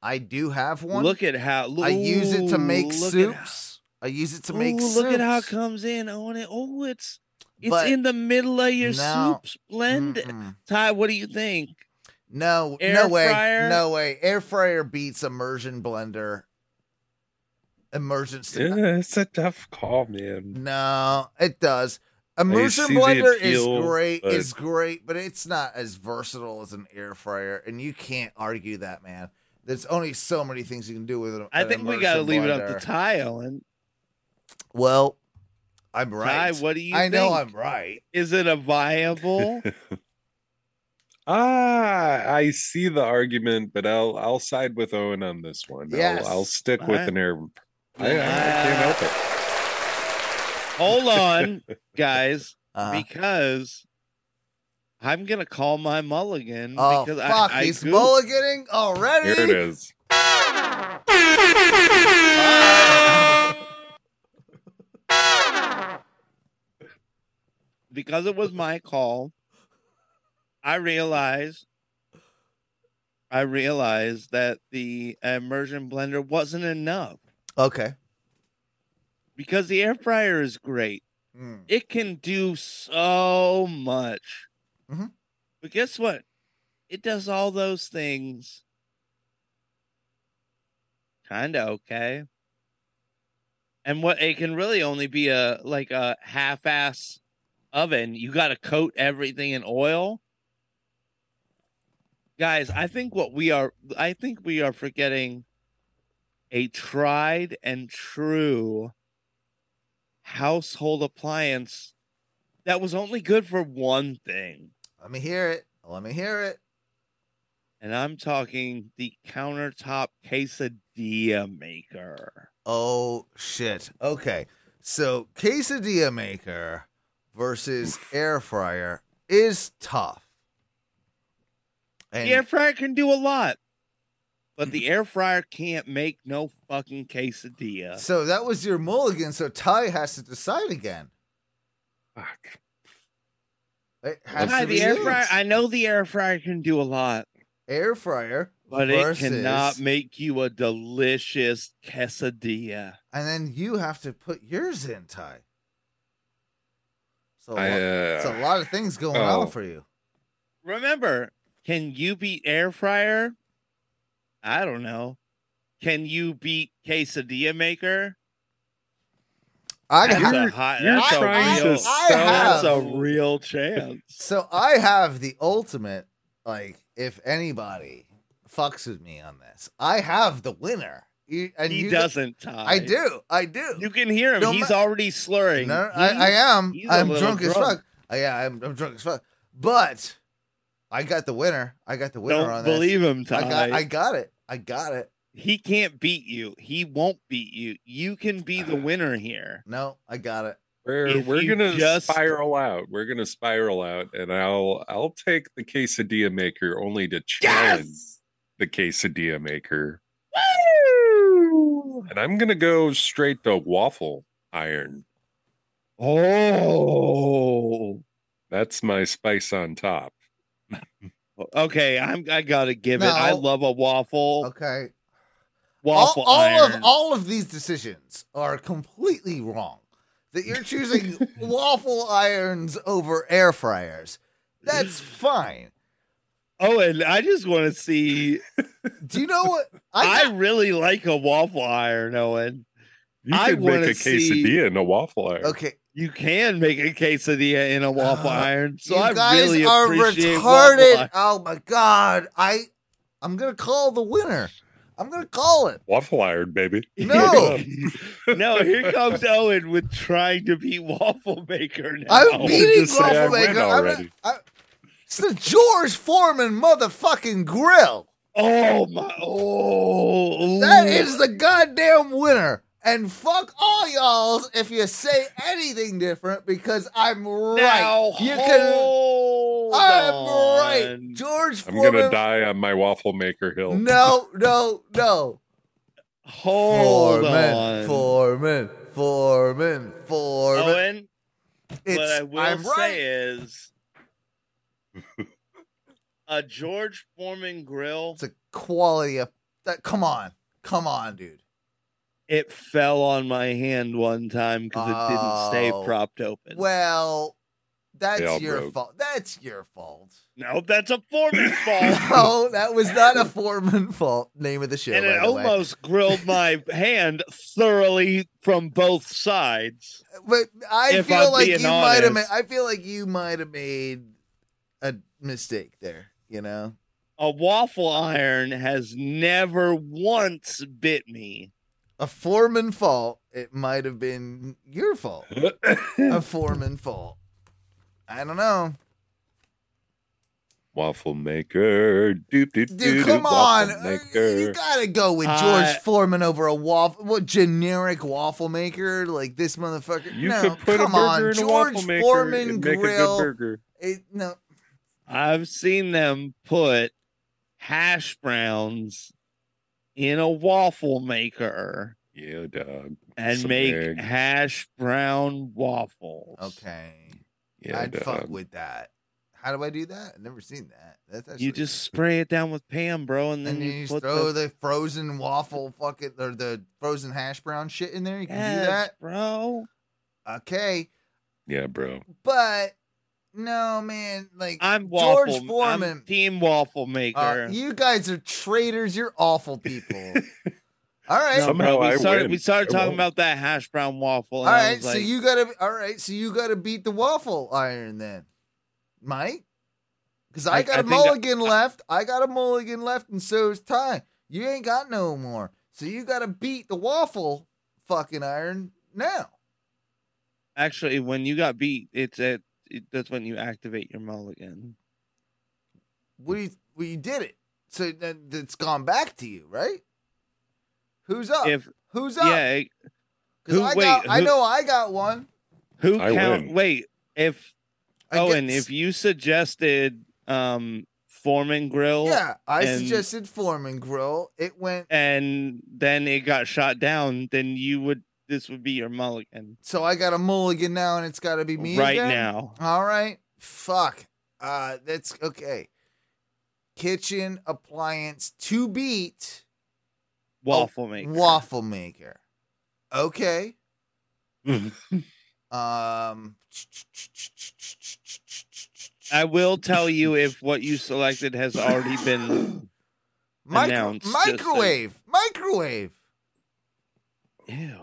S1: I do have one.
S3: Look at how
S1: I use it to make
S3: Ooh, look at how-
S1: soups. I use it to make
S3: Ooh,
S1: soups.
S3: look at how it comes in on it. Oh, it's it's
S1: But-
S3: in the middle of your
S1: No.
S3: soups blend. Ty, what do you think?
S1: No,
S3: Air
S1: no way,
S3: fryer?
S1: no way. Air fryer beats immersion blender. Immersion stick.
S2: yeah, it's a tough call, man.
S1: No, it does.
S2: I
S1: Immersion
S2: see the
S1: blender
S2: appeal,
S1: is great.
S2: but-
S1: Is great, but it's not as versatile as an air fryer, and you can't argue that, man. There's only so many things you can do with it.
S3: I think we got to leave it up to Ty, Owen.
S1: Well, I'm right.
S3: Ty, what do you?
S1: I know
S3: think?
S1: I'm right.
S3: Is it a viable?
S2: Ah, I see the argument, but I'll I'll side with Owen on this one.
S3: Yes.
S2: I'll, I'll stick with
S3: Alright.
S2: an air. I, I can't help it.
S3: Hold on, guys,
S1: Uh-huh.
S3: because I'm gonna call my mulligan
S1: Oh
S3: because
S1: fuck,
S3: I, I
S1: he's
S3: goofed.
S1: mulliganing already.
S2: Here it is.
S3: because it was my call, I realized I realized that the immersion blender wasn't enough
S1: Okay.
S3: because the air fryer is great.
S1: Mm.
S3: It can do so much.
S1: Mhm.
S3: But guess what? It does all those things kind of okay. And what it can really only be a like a half ass oven. You got to coat everything in oil. Guys, I think what we are I think we are forgetting a tried and true household appliance that was only good for one thing.
S1: Let me hear it. Let me hear it.
S3: And I'm talking the countertop quesadilla maker.
S1: Oh shit. Okay. So quesadilla maker versus air fryer is tough. And
S3: the air fryer can do a lot, but the air fryer can't make no fucking quesadilla.
S1: so that was your mulligan, so Ty has to decide again.
S2: Fuck.
S1: It has
S3: Why,
S1: to
S3: the
S1: be
S3: air
S1: you.
S3: fryer, I know the air fryer can do a lot,
S1: air fryer
S3: but
S1: versus,
S3: it cannot make you a delicious quesadilla.
S1: and then you have to put yours in, Ty. So
S2: I,
S1: it's a
S2: uh,
S1: lot of things going
S2: oh.
S1: on for you.
S3: Remember, can you beat air fryer? I don't know. Can you beat quesadilla maker?
S1: I
S3: That's
S1: got
S3: a hot.
S2: you're
S3: That's
S2: trying
S3: a
S2: to
S3: real.
S1: I
S3: That's a
S1: have-
S3: real chance.
S1: So I have the ultimate, like, if anybody fucks with me on this, I have the winner. You, and
S3: he
S1: you-
S3: doesn't. Ty.
S1: I do. I do.
S3: You can hear him.
S1: No
S3: he's
S1: ma-
S3: already slurring.
S1: No, I, I
S3: He's-
S1: am.
S3: he's a
S1: I'm
S3: little
S1: drunk, as fuck. I, yeah, I'm, I'm drunk as fuck. But I got the winner. I got the winner
S3: Don't
S1: on this.
S3: believe him, Ty.
S1: I got, I got it. I got it.
S3: He can't beat you. He won't beat you. You can be the winner here.
S1: No, I got it.
S2: We're
S3: If
S2: we're
S3: you
S2: gonna
S3: just-
S2: spiral out. We're gonna spiral out, and I'll I'll take the quesadilla maker only to challenge the quesadilla maker. And I'm gonna go straight to waffle iron.
S3: Oh.
S2: That's my spice on top.
S3: waffle. Okay, I'm I gotta give it. I
S1: No.
S3: love a waffle.
S1: Okay.
S3: Waffle
S1: all, all
S3: iron.
S1: of all of these decisions are completely wrong. That you're choosing waffle irons over air fryers. That's fine.
S3: Oh, and I just want to see.
S1: Do you know what?
S3: I, really like a waffle iron, Owen.
S2: You
S3: I
S2: could make
S3: wanna
S2: a quesadilla
S3: see-
S2: in a waffle iron.
S1: Okay.
S3: You can make a quesadilla in a waffle iron. So
S1: Uh, you
S3: I
S1: guys
S3: really
S1: are
S3: appreciate
S1: retarded.
S3: waffle
S1: Oh my god. I I'm gonna call the winner. I'm gonna call it.
S2: Waffle iron, baby.
S1: No.
S3: iron. no, here comes Owen with trying to beat waffle maker now.
S1: I'm beating waffle maker. I'm not- I- it's the George Foreman motherfucking grill.
S3: Oh my! Oh,
S1: that is the goddamn winner. And fuck all y'all if you say anything different because I'm right.
S3: Now,
S1: you can.
S3: hold
S1: I'm
S3: on.
S1: right. George
S2: I'm
S1: Foreman.
S2: gonna die on my waffle maker hill.
S1: No, no, no.
S3: Hold
S1: Foreman,
S3: on.
S1: Foreman, Foreman, Foreman.
S3: Owen, what
S1: It's-
S3: I will
S1: I'm
S3: say
S1: right.
S3: is a George Foreman grill.
S1: It's a quality of that. Come on, come on, dude.
S3: It fell on my hand one time because it didn't
S1: Oh.
S3: stay propped open.
S1: Well,
S3: all
S1: that's your
S3: broke.
S1: fault. That's your fault.
S3: no, that's a Foreman fault.
S1: No, that was not a Foreman fault. Name of the show.
S3: and
S1: by
S3: it
S1: the way.
S3: almost grilled my hand thoroughly from both sides.
S1: But I
S3: if
S1: feel
S3: I'm
S1: like
S3: being
S1: you might have. Ma-
S3: honest.
S1: I feel like you might have made a mistake there. You know.
S3: A waffle iron has never once bit me.
S1: a foreman fault, it might have been your fault. a foreman fault. I don't know.
S2: Waffle maker. Doop, doop,
S1: Dude,
S2: doop,
S1: come
S2: doop,
S1: on.
S2: waffle
S1: Uh, You
S2: Maker.
S1: gotta go with George
S3: I-
S1: Foreman over a waffle what generic waffle maker like this motherfucker.
S2: You
S1: no,
S2: could put a
S1: come
S2: burger
S1: on.
S2: in a
S1: George
S2: waffle maker
S1: Foreman
S2: and make a good
S1: grill.
S2: burger.
S1: It, no.
S3: I've seen them put hash browns in a waffle maker
S2: Yeah, dog.
S3: and
S2: Some
S3: make
S2: egg.
S3: hash brown waffles.
S1: Okay.
S2: Yeah,
S1: I'd fuck
S3: um,
S2: dog.
S1: with that. How do I do that? I've never seen that. That's actually
S3: You just spray it down with Pam, bro, and then
S1: and
S3: you,
S1: you, just
S3: put
S1: throw
S3: the,
S1: the... frozen waffle fucking or the frozen hash brown shit in there. You can
S3: Yes,
S1: do that.
S3: bro.
S1: Okay.
S2: Yeah, bro.
S1: But no, man, like
S3: I'm waffle.
S1: George
S3: I'm
S1: Foreman.
S3: team waffle maker.
S1: uh, you guys are traitors. You're awful people. all right.
S3: No,
S2: Somehow
S3: bro, we
S2: I
S3: started,
S2: win.
S3: we started
S2: I
S3: talking
S2: won't.
S3: about that hash brown waffle.
S1: all
S3: and I
S1: right.
S3: was
S1: so
S3: like,
S1: you gotta. All right. So you gotta beat the waffle iron then, Mike. Because I,
S3: I-
S1: got
S3: I
S1: a
S3: think I-
S1: mulligan left. I got a mulligan left, and so is Ty. You ain't got no more. So you gotta beat the waffle fucking iron now.
S3: actually, when you got beat, it's at it, that's when you activate your mulligan.
S1: What do you? Well, you did it. So then it's gone back to you, right? Who's up?
S3: If
S1: Who's up?
S3: yeah, it-
S1: Because
S3: Who-
S1: I got,
S3: wait,
S1: I
S3: who-
S1: know I got one.
S3: Who
S2: I
S3: count?
S2: win.
S3: Wait, if
S1: I
S3: Owen,
S1: get-
S3: Oh, if you suggested um Foreman Grill,
S1: yeah, I
S3: and-
S1: suggested Foreman Grill. It went
S3: and then it got shot down, then you would this would be your mulligan
S1: so I got a mulligan now, and it's got to be me
S3: right
S1: again?
S3: now.
S1: All right, fuck. Uh, that's okay. Kitchen appliance to beat Oh,
S3: Waffle maker.
S1: waffle maker. Okay. Um.
S3: I will tell you if what you selected has already been
S1: Micro-
S3: announced, just so-
S1: microwave, microwave,
S3: Ew.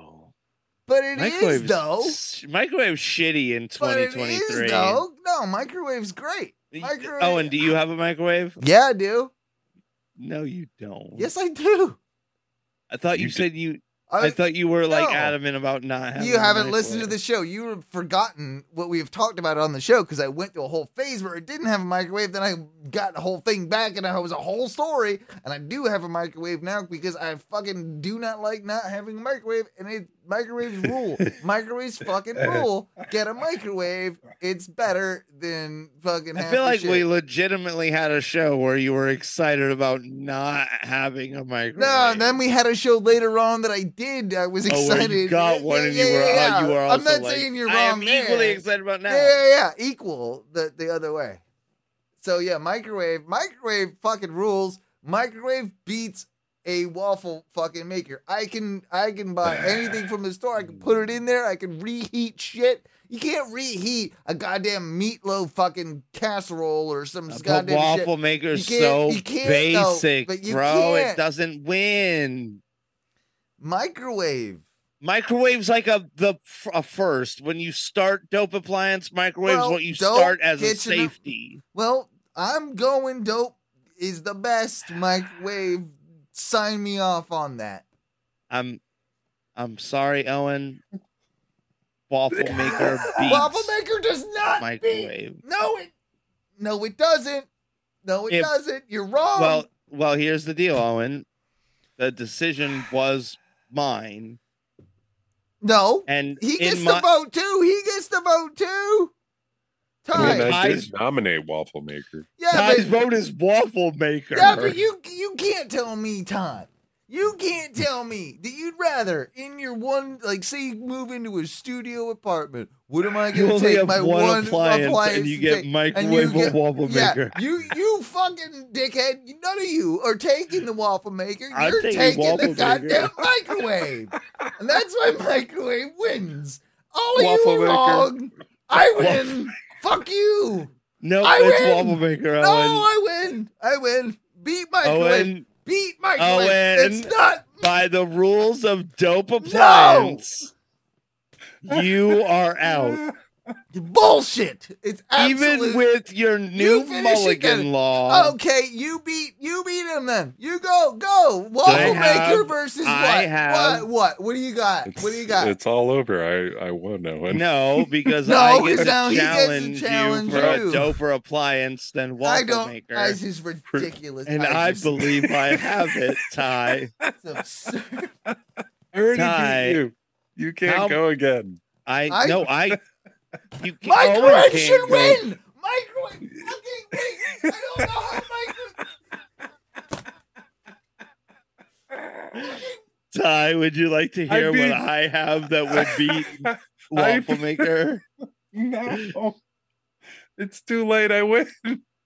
S1: but it is
S3: Microwave's
S1: though.
S3: sh- Microwave's shitty in
S1: But it is
S3: 2023.
S1: though. No, microwave's great. Microwave.
S3: Oh, and do you have a microwave?
S1: Yeah, I do.
S3: No, you don't.
S1: Yes, I do.
S3: I thought you,
S2: You d-
S3: said you.
S1: I-
S3: I, thought you were like
S1: No.
S3: adamant about not having.
S1: you
S3: a
S1: haven't listened to
S3: microwave.
S1: the show. You have forgotten what we have talked about on the show because I went through a whole phase where I didn't have a microwave. Then I got the whole thing back and I was a whole story. And I do have a microwave now because I fucking do not like not having a microwave. And it microwaves rule. microwaves fucking rule. Get a microwave. It's better than fucking.
S3: I
S1: half
S3: feel
S1: the
S3: like
S1: shit.
S3: we legitimately had a show where you were excited about not having a microwave.
S1: No, and then we had a show later on that I did. I was
S3: Oh,
S1: excited.
S3: where you got one and you were, oh, you were
S1: I'm
S3: also
S1: not
S3: like,
S1: saying you're
S3: I
S1: wrong.
S3: am equally
S1: there.
S3: excited about now.
S1: Yeah, yeah, yeah. Equal the, the other way. So yeah, microwave, microwave fucking rules. Microwave beats a waffle fucking maker. I can I can buy anything from the store. I can put it in there. I can reheat shit. You can't reheat a goddamn meatloaf fucking casserole or some
S3: But
S1: goddamn
S3: waffle
S1: shit.
S3: maker's
S1: You can't-
S3: so
S1: you can't, though,
S3: basic,
S1: but you
S3: bro.
S1: can't.
S3: It doesn't win.
S1: Microwave.
S3: Microwave's like a the f- a first when you start dope appliance. Microwave's
S1: Well,
S3: what you
S1: dope
S3: start as a
S1: kitchen-
S3: safety.
S1: Well, I'm going dope is the best microwave. Sign me off on that.
S3: I'm I'm sorry, Owen. Waffle maker beats
S1: Waffle maker does not
S3: microwave.
S1: beat. No, it. No, it doesn't. No, it
S3: If-
S1: doesn't. You're wrong.
S3: Well, well, here's the deal, Owen. The decision was mine,
S1: no,
S3: and
S1: he
S3: in
S1: gets
S3: my-
S1: the vote too. He gets the vote too.
S2: I
S1: Ty.
S2: mean, I
S3: Ties.
S2: did nominate waffle maker.
S1: Yeah,
S3: Ty's
S1: but,
S3: vote is waffle maker.
S1: yeah, but you you can't tell me, Todd. You can't tell me that you'd rather in your one like say you move into a studio apartment. What am I
S3: You
S1: gonna
S3: only
S1: take
S3: have
S1: my
S3: one
S1: one
S3: appliance and you
S1: to
S3: get
S1: take-
S3: microwave or waffle
S1: yeah,
S3: maker.
S1: You you fucking dickhead! None of you are taking the waffle maker.
S3: I'm
S1: You're
S3: taking
S1: taking,
S3: waffle
S1: the
S3: maker.
S1: goddamn microwave, and that's why microwave wins. All of
S3: Waffle
S1: you
S3: maker.
S1: are wrong. I win. Fuck you.
S3: no,
S1: I
S3: it's
S1: win.
S3: waffle maker,
S1: No,
S3: Owen.
S1: I win. I win. Beat microwave.
S3: Owen.
S1: Beat microwave.
S3: Owen.
S1: It's not.
S3: By the rules of dope appliance, you are out.
S1: Bullshit. It's absolute.
S3: Even with your
S1: You
S3: new
S1: finish Oh, it,
S3: mulligan
S1: then.
S3: law,
S1: Okay, you beat you beat him then. You go go waffle
S2: I
S1: maker
S3: have-
S1: versus
S3: I
S1: what?
S3: have-
S1: what? What? What do you got?
S2: It's,
S1: what do you got?
S2: It's all over. I I won that one.
S3: no, because
S1: No,
S3: I get to
S1: no, he gets to
S3: challenge,
S1: challenge
S3: you for
S1: you.
S3: a doper appliance than waffle
S1: I don't.
S3: maker,
S1: This is ridiculous.
S3: and
S1: I,
S3: I
S1: just-
S3: believe I have it, Ty.
S1: it's absurd.
S2: I already
S3: Ty.
S2: beat you. You can't
S3: How-
S2: go again.
S3: I,
S1: I-
S3: no, I. You can't, Owen
S1: Microwave
S3: can't
S1: should
S3: go.
S1: win. Microwave fucking win. I don't know how microwave.
S3: Ty, would you like to
S2: I
S3: hear
S2: beat-
S3: what I have that would beat waffle maker?
S2: no. It's too late. I win.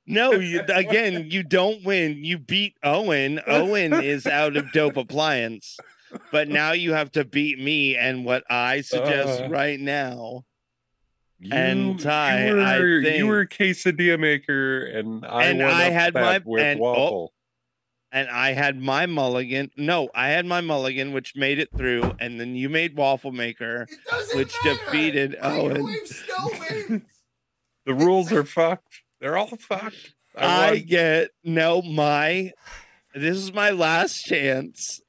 S3: No, you, again, you don't win. You beat Owen. Owen is out of dope appliance, but now you have to beat me and what I suggest
S2: Uh.
S3: right now.
S2: You,
S3: And Ty,
S2: you were,
S3: I
S2: you
S3: think-
S2: were quesadilla maker, and I
S3: And
S2: won
S3: I
S2: up
S3: had
S2: that
S3: my-
S2: with
S3: and- oh.
S2: waffle.
S3: And I had my mulligan. No, I had my mulligan, which made it through, and then you made waffle maker.
S1: It doesn't
S3: Which
S1: matter.
S3: defeated Owen.
S1: microwave still wins.
S2: The rules are fucked. They're all fucked.
S3: I,
S2: won.
S3: get no my this is my last chance.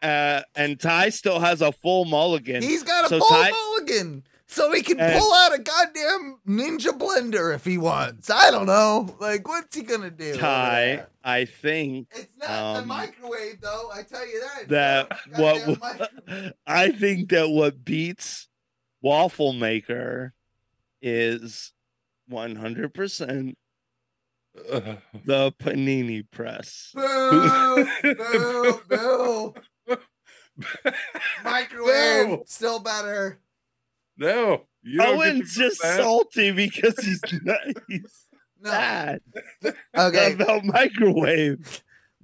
S3: Uh and Ty still has a full mulligan.
S1: He's got a
S3: so
S1: full
S3: Ty- Uh,
S1: mulligan, so he can
S3: And-
S1: pull out a goddamn ninja blender if he wants. I don't know. Like, what's he gonna do? over
S3: Ty,
S1: there?
S3: I think
S1: It's not the
S3: um,
S1: microwave, though. I tell you that. It's
S3: that
S1: not the
S3: what
S1: goddamn microwave.
S3: I think that what beats waffle maker is 100%
S2: Ugh.
S3: the panini press.
S1: Boo! boo! Boo! Microwave
S2: No.
S1: still better.
S2: no. You don't get
S3: Owen's
S2: to do
S3: just
S2: that.
S3: salty because he's not, he's
S1: No.
S3: sad
S1: Okay.
S3: about microwave.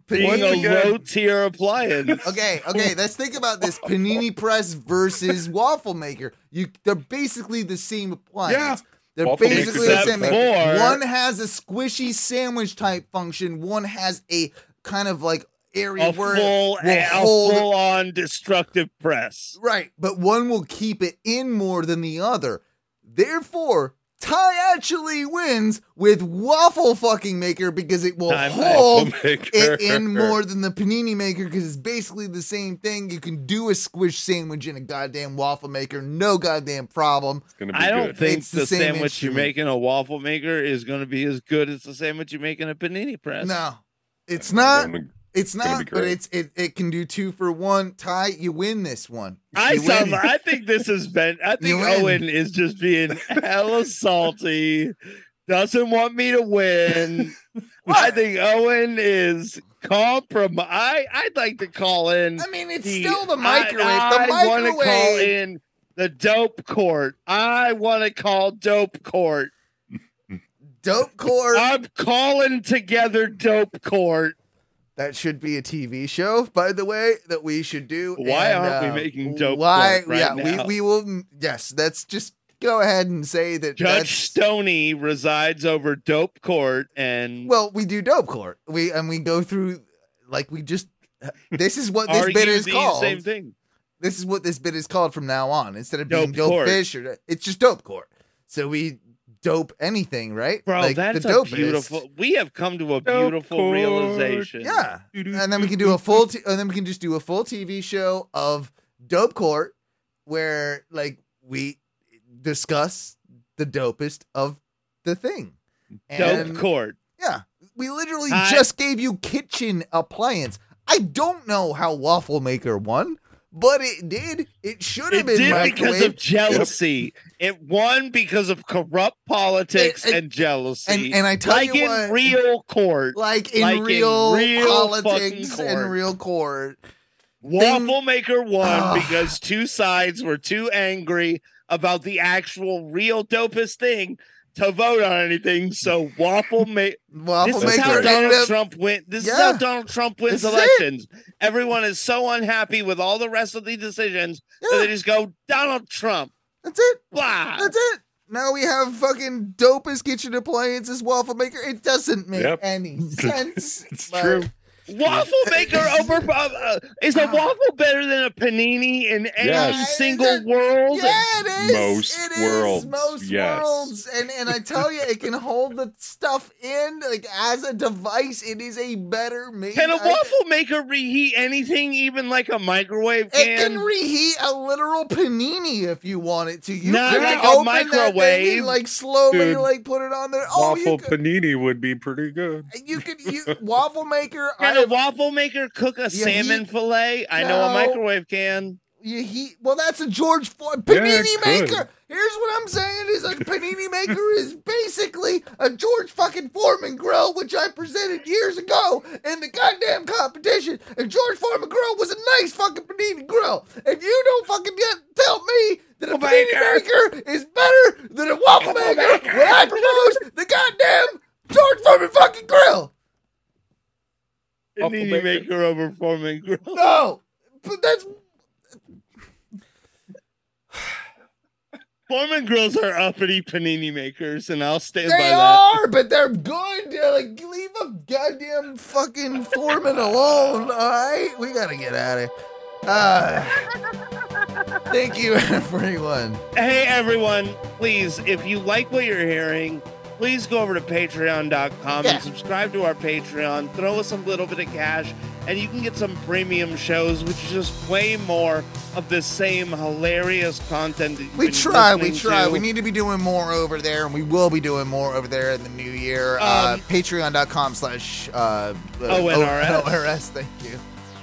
S3: being
S1: Panini-
S3: a
S2: again-
S3: low tier appliance.
S1: Okay, okay, let's think about this panini press versus waffle maker. You they're basically the same appliance.
S2: Yeah.
S1: They're
S2: Waffle maker.
S1: basically the
S2: Except
S1: same.
S3: for-
S1: One has a squishy sandwich type function, one has a kind of like area
S3: A
S1: where it
S3: full,
S1: will
S3: a,
S1: hold-
S3: full on destructive press.
S1: Right, but one will keep it in more than the other. Therefore, Ty actually wins with waffle fucking maker because it will
S3: Time
S1: hold
S2: Waffle maker.
S1: it in more than the panini maker because it's basically the same thing. You can do a squish sandwich in a goddamn waffle maker, no goddamn problem.
S2: It's gonna be
S3: I don't
S2: good.
S3: think
S1: It's
S3: the,
S1: the same
S3: sandwich
S1: instrument.
S3: you make in a waffle maker is going to be as good as the sandwich you make in a panini press.
S1: No, it's not.
S2: Gonna-
S1: It's
S2: gonna be
S1: not. But
S2: great.
S1: it's it. It can do two for one. Ty, you win this one.
S3: I
S1: You
S3: sound.
S1: win.
S3: I think this has been. I think
S1: You win.
S3: Owen is just being hella salty. Doesn't want me to win. I think Owen is comprom. I I'd like to call in.
S1: I mean, it's
S3: the-
S1: still the microwave.
S3: I,
S1: the
S3: I want to call
S1: microwave.
S3: in the dope court. I want to call dope court.
S1: Dope court.
S3: I'm calling together dope court.
S1: That should be a TV show, by the way, that we should do.
S3: Why
S1: And,
S3: aren't we
S1: uh,
S3: making dope
S1: Why?
S3: court right
S1: yeah,
S3: now?
S1: we we will. Yes, that's just go ahead and say that.
S3: Judge
S1: that's,
S3: Stoney resides over dope court, and
S1: well, we do dope court. We and we go through like we just. This is what this
S3: Argue
S1: bit is
S3: the
S1: called.
S3: Same thing.
S1: This is what this bit is called from now on. Instead of being
S3: Dope
S1: dope
S3: court.
S1: fish, or it's just dope court. So we dope anything, right?
S3: Bro,
S1: Like,
S3: that's
S1: the
S3: a
S1: dopest.
S3: beautiful. We have come to a
S1: Dope
S3: beautiful
S1: court.
S3: realization.
S1: Yeah, and then we can do a full, t- and then we can just do a full TV show of Dope Court, where like we discuss the dopest of the thing.
S3: Dope court.
S1: Yeah, we literally
S3: I-
S1: just gave you kitchen appliance. I don't know how Waffle Maker won, but it did. It should have been
S3: It did because of
S1: microwaved.
S3: jealousy. It won because of corrupt politics and jealousy.
S1: and- and I tell
S3: like
S1: you
S3: in
S1: what-
S3: real court,
S1: Like in
S3: Like in
S1: real,
S3: real
S1: politics
S3: fucking
S1: and
S3: court.
S1: real court.
S3: Waffle Maker won
S1: Ugh.
S3: because two sides were too angry about the actual real dopest thing to vote on anything. So Waffle Maker.
S1: Waffle
S3: This is how
S1: Maker
S3: Donald
S1: ended up
S3: Trump win. This is
S1: Yeah.
S3: how Donald Trump wins
S1: This is it.
S3: elections. Everyone is so unhappy with all the rest of the decisions that
S1: Yeah.
S3: they just go Donald Trump.
S1: That's it.
S3: Blah.
S1: That's it. Now we have fucking dopest kitchen appliances waffle maker. It doesn't make
S2: Yep.
S1: any sense.
S2: It's
S1: but-
S2: true.
S3: Waffle maker over uh, uh, is
S1: Ah.
S3: a waffle better than a panini in any
S2: Yes.
S3: single world?
S1: Yeah, it is.
S2: Most
S1: It is
S2: worlds,
S1: Most
S2: yes.
S1: worlds. And and I tell you, it can hold the stuff in like as a device. It is a better made.
S3: Can a
S1: item.
S3: waffle maker reheat anything, even like a microwave
S1: It
S3: can?
S1: can reheat a literal panini if you want it to. You
S3: Not
S1: can
S3: like a
S1: open that thing and,
S3: microwave.
S1: like slowly,
S2: Dude.
S1: like put it on there. Oh, you
S2: Waffle
S1: could,
S2: panini would be pretty good.
S1: you could you waffle maker. I
S3: Can a waffle maker cook a salmon
S1: heat-
S3: fillet? I know
S1: No.
S3: a microwave can.
S1: You he well, that's a George Floyd
S2: Yeah,
S1: panini
S2: it could.
S1: maker. Here's what I'm saying: is a panini maker is basically a George fucking Foreman grill, which I presented years ago in the goddamn competition. And George Foreman grill was a nice fucking panini grill. And you don't fucking yet tell me that a
S3: Waffle
S1: panini maker is better than a waffle maker when I proposed the goddamn George Foreman fucking grill.
S2: Waffle
S3: Panini
S2: maker.
S3: maker. over Foreman grill.
S1: No, but that's
S3: Foreman grills are uppity panini makers, and I'll stand by
S1: They
S3: that.
S1: are, but they're good. They're like, leave a goddamn fucking foreman alone. All right, we gotta get out of here. Uh, thank you, everyone.
S3: Hey everyone, please, if you like what you're hearing, please go over to patreon.com
S1: Yeah.
S3: and subscribe to our Patreon. Throw us a little bit of cash, and you can get some premium shows, which is just way more of the same hilarious content. That you've
S1: We
S3: been
S1: try, we
S3: listening
S1: try.
S3: to.
S1: We need to be doing more over there, and we will be doing more over there in the new year. uh,
S3: Um,
S1: Patreon.com slash uh, uh,
S3: ONRS.
S1: ONRS, Thank you.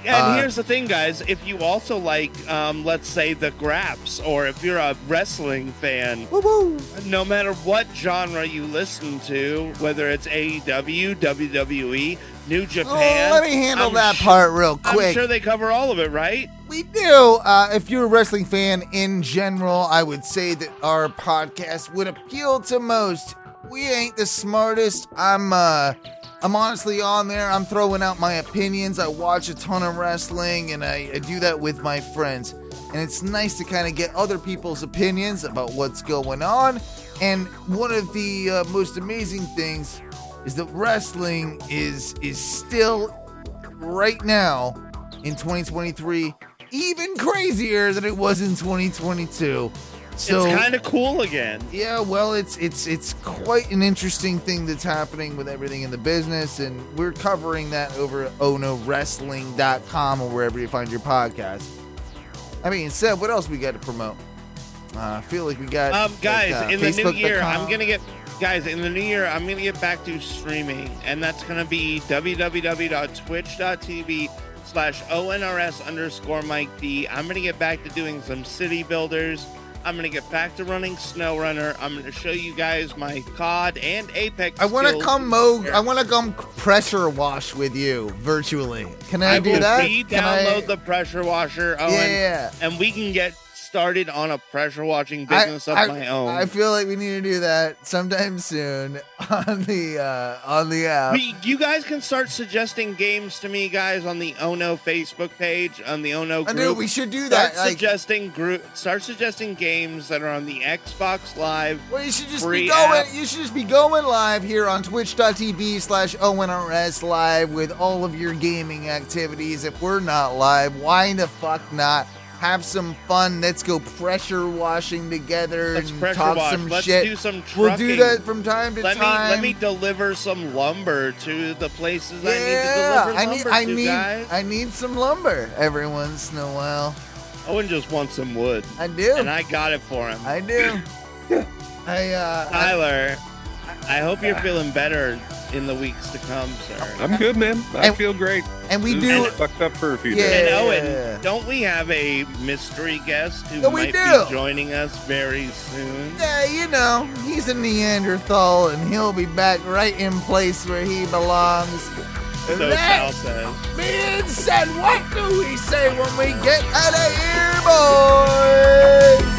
S3: And
S1: Uh,
S3: here's the thing, guys. If you also like, um, let's say, the Graps, or if you're a wrestling fan,
S1: Woo woo.
S3: no matter what genre you listen to, whether it's E AEW, WWE, E, New Japan,
S1: Oh, let me handle
S3: I'm
S1: that
S3: su-
S1: part real
S3: I'm
S1: quick.
S3: sure they cover all of it, right?
S1: We do. Uh, if you're a wrestling fan in general, I would say that our podcast would appeal to most. We ain't the smartest. I'm uh, I'm honestly on there. I'm throwing out my opinions. I watch a ton of wrestling, and I, I do that with my friends. And it's nice to kind of get other people's opinions about what's going on. And one of the uh, most amazing things is that wrestling is is still right now in 2023 even crazier than it was in 2022. So
S3: it's kind of cool again.
S1: yeah, well, it's it's it's quite an interesting thing that's happening with everything in the business, and we're covering that over at ohnowrestling.com or wherever you find your podcast. I mean, said, what else we got to promote? Uh, I feel like we got
S3: Um, guys,
S1: like, uh,
S3: in the new
S1: Facebook.com.
S3: year, I'm gonna get guys in the new year. I'm gonna get back to streaming, and that's gonna be www.twitch.tv slash onrs underscore Mike D. I'm gonna get back to doing some city builders. I'm gonna get back to running SnowRunner. I'm gonna show you guys my COD and Apex.
S1: I want to
S3: skills.
S1: come mo. I want to come pressure wash with you virtually. Can I, do
S3: will
S1: that?
S3: Re-download
S1: Can I-
S3: the pressure washer, Owen,
S1: Yeah.
S3: and we can get started on a pressure washing business of
S1: I,
S3: my own.
S1: I feel like we need to do that sometime soon on the uh, on the app.
S3: We- you guys can start suggesting games to me, guys, on the Ono Facebook page, on the Ono
S1: I
S3: group.
S1: know, we should do
S3: Start
S1: that, like-
S3: suggesting group, start suggesting games that are on the Xbox Live.
S1: Well, you should just
S3: free
S1: be going.
S3: app.
S1: You should just be going live here on twitch.tv slash ONRS live with all of your gaming activities. If we're not live, why the fuck not? Have some fun. Let's go pressure washing together
S3: Let's
S1: and
S3: pressure
S1: talk
S3: wash.
S1: some
S3: Let's
S1: shit.
S3: do some
S1: We'll do
S3: trucking.
S1: that from time to
S3: let
S1: time.
S3: me let me deliver some lumber to the places I
S1: yeah,
S3: need to
S1: I
S3: deliver lumber
S1: need, I
S3: to,
S1: need,
S3: guys.
S1: I need some lumber every once in a while.
S3: Owen just wants some wood.
S1: I do.
S3: and I got it for him.
S1: I do. I uh,
S3: Tyler, I hope you're feeling better in the weeks to come, sir.
S2: I'm good, man. I
S1: And-
S2: feel great.
S1: and we
S2: This
S1: do-
S2: was fucked up for a few
S3: And
S2: days.
S3: Owen, don't we have a mystery guest who
S1: Yeah, we
S3: might
S1: do.
S3: be joining us very soon?
S1: Yeah, you know, he's a Neanderthal and he'll be back right in place where he belongs. And
S3: So Sal
S1: that
S3: says.
S1: being said, what do we say when we get out of here, boys?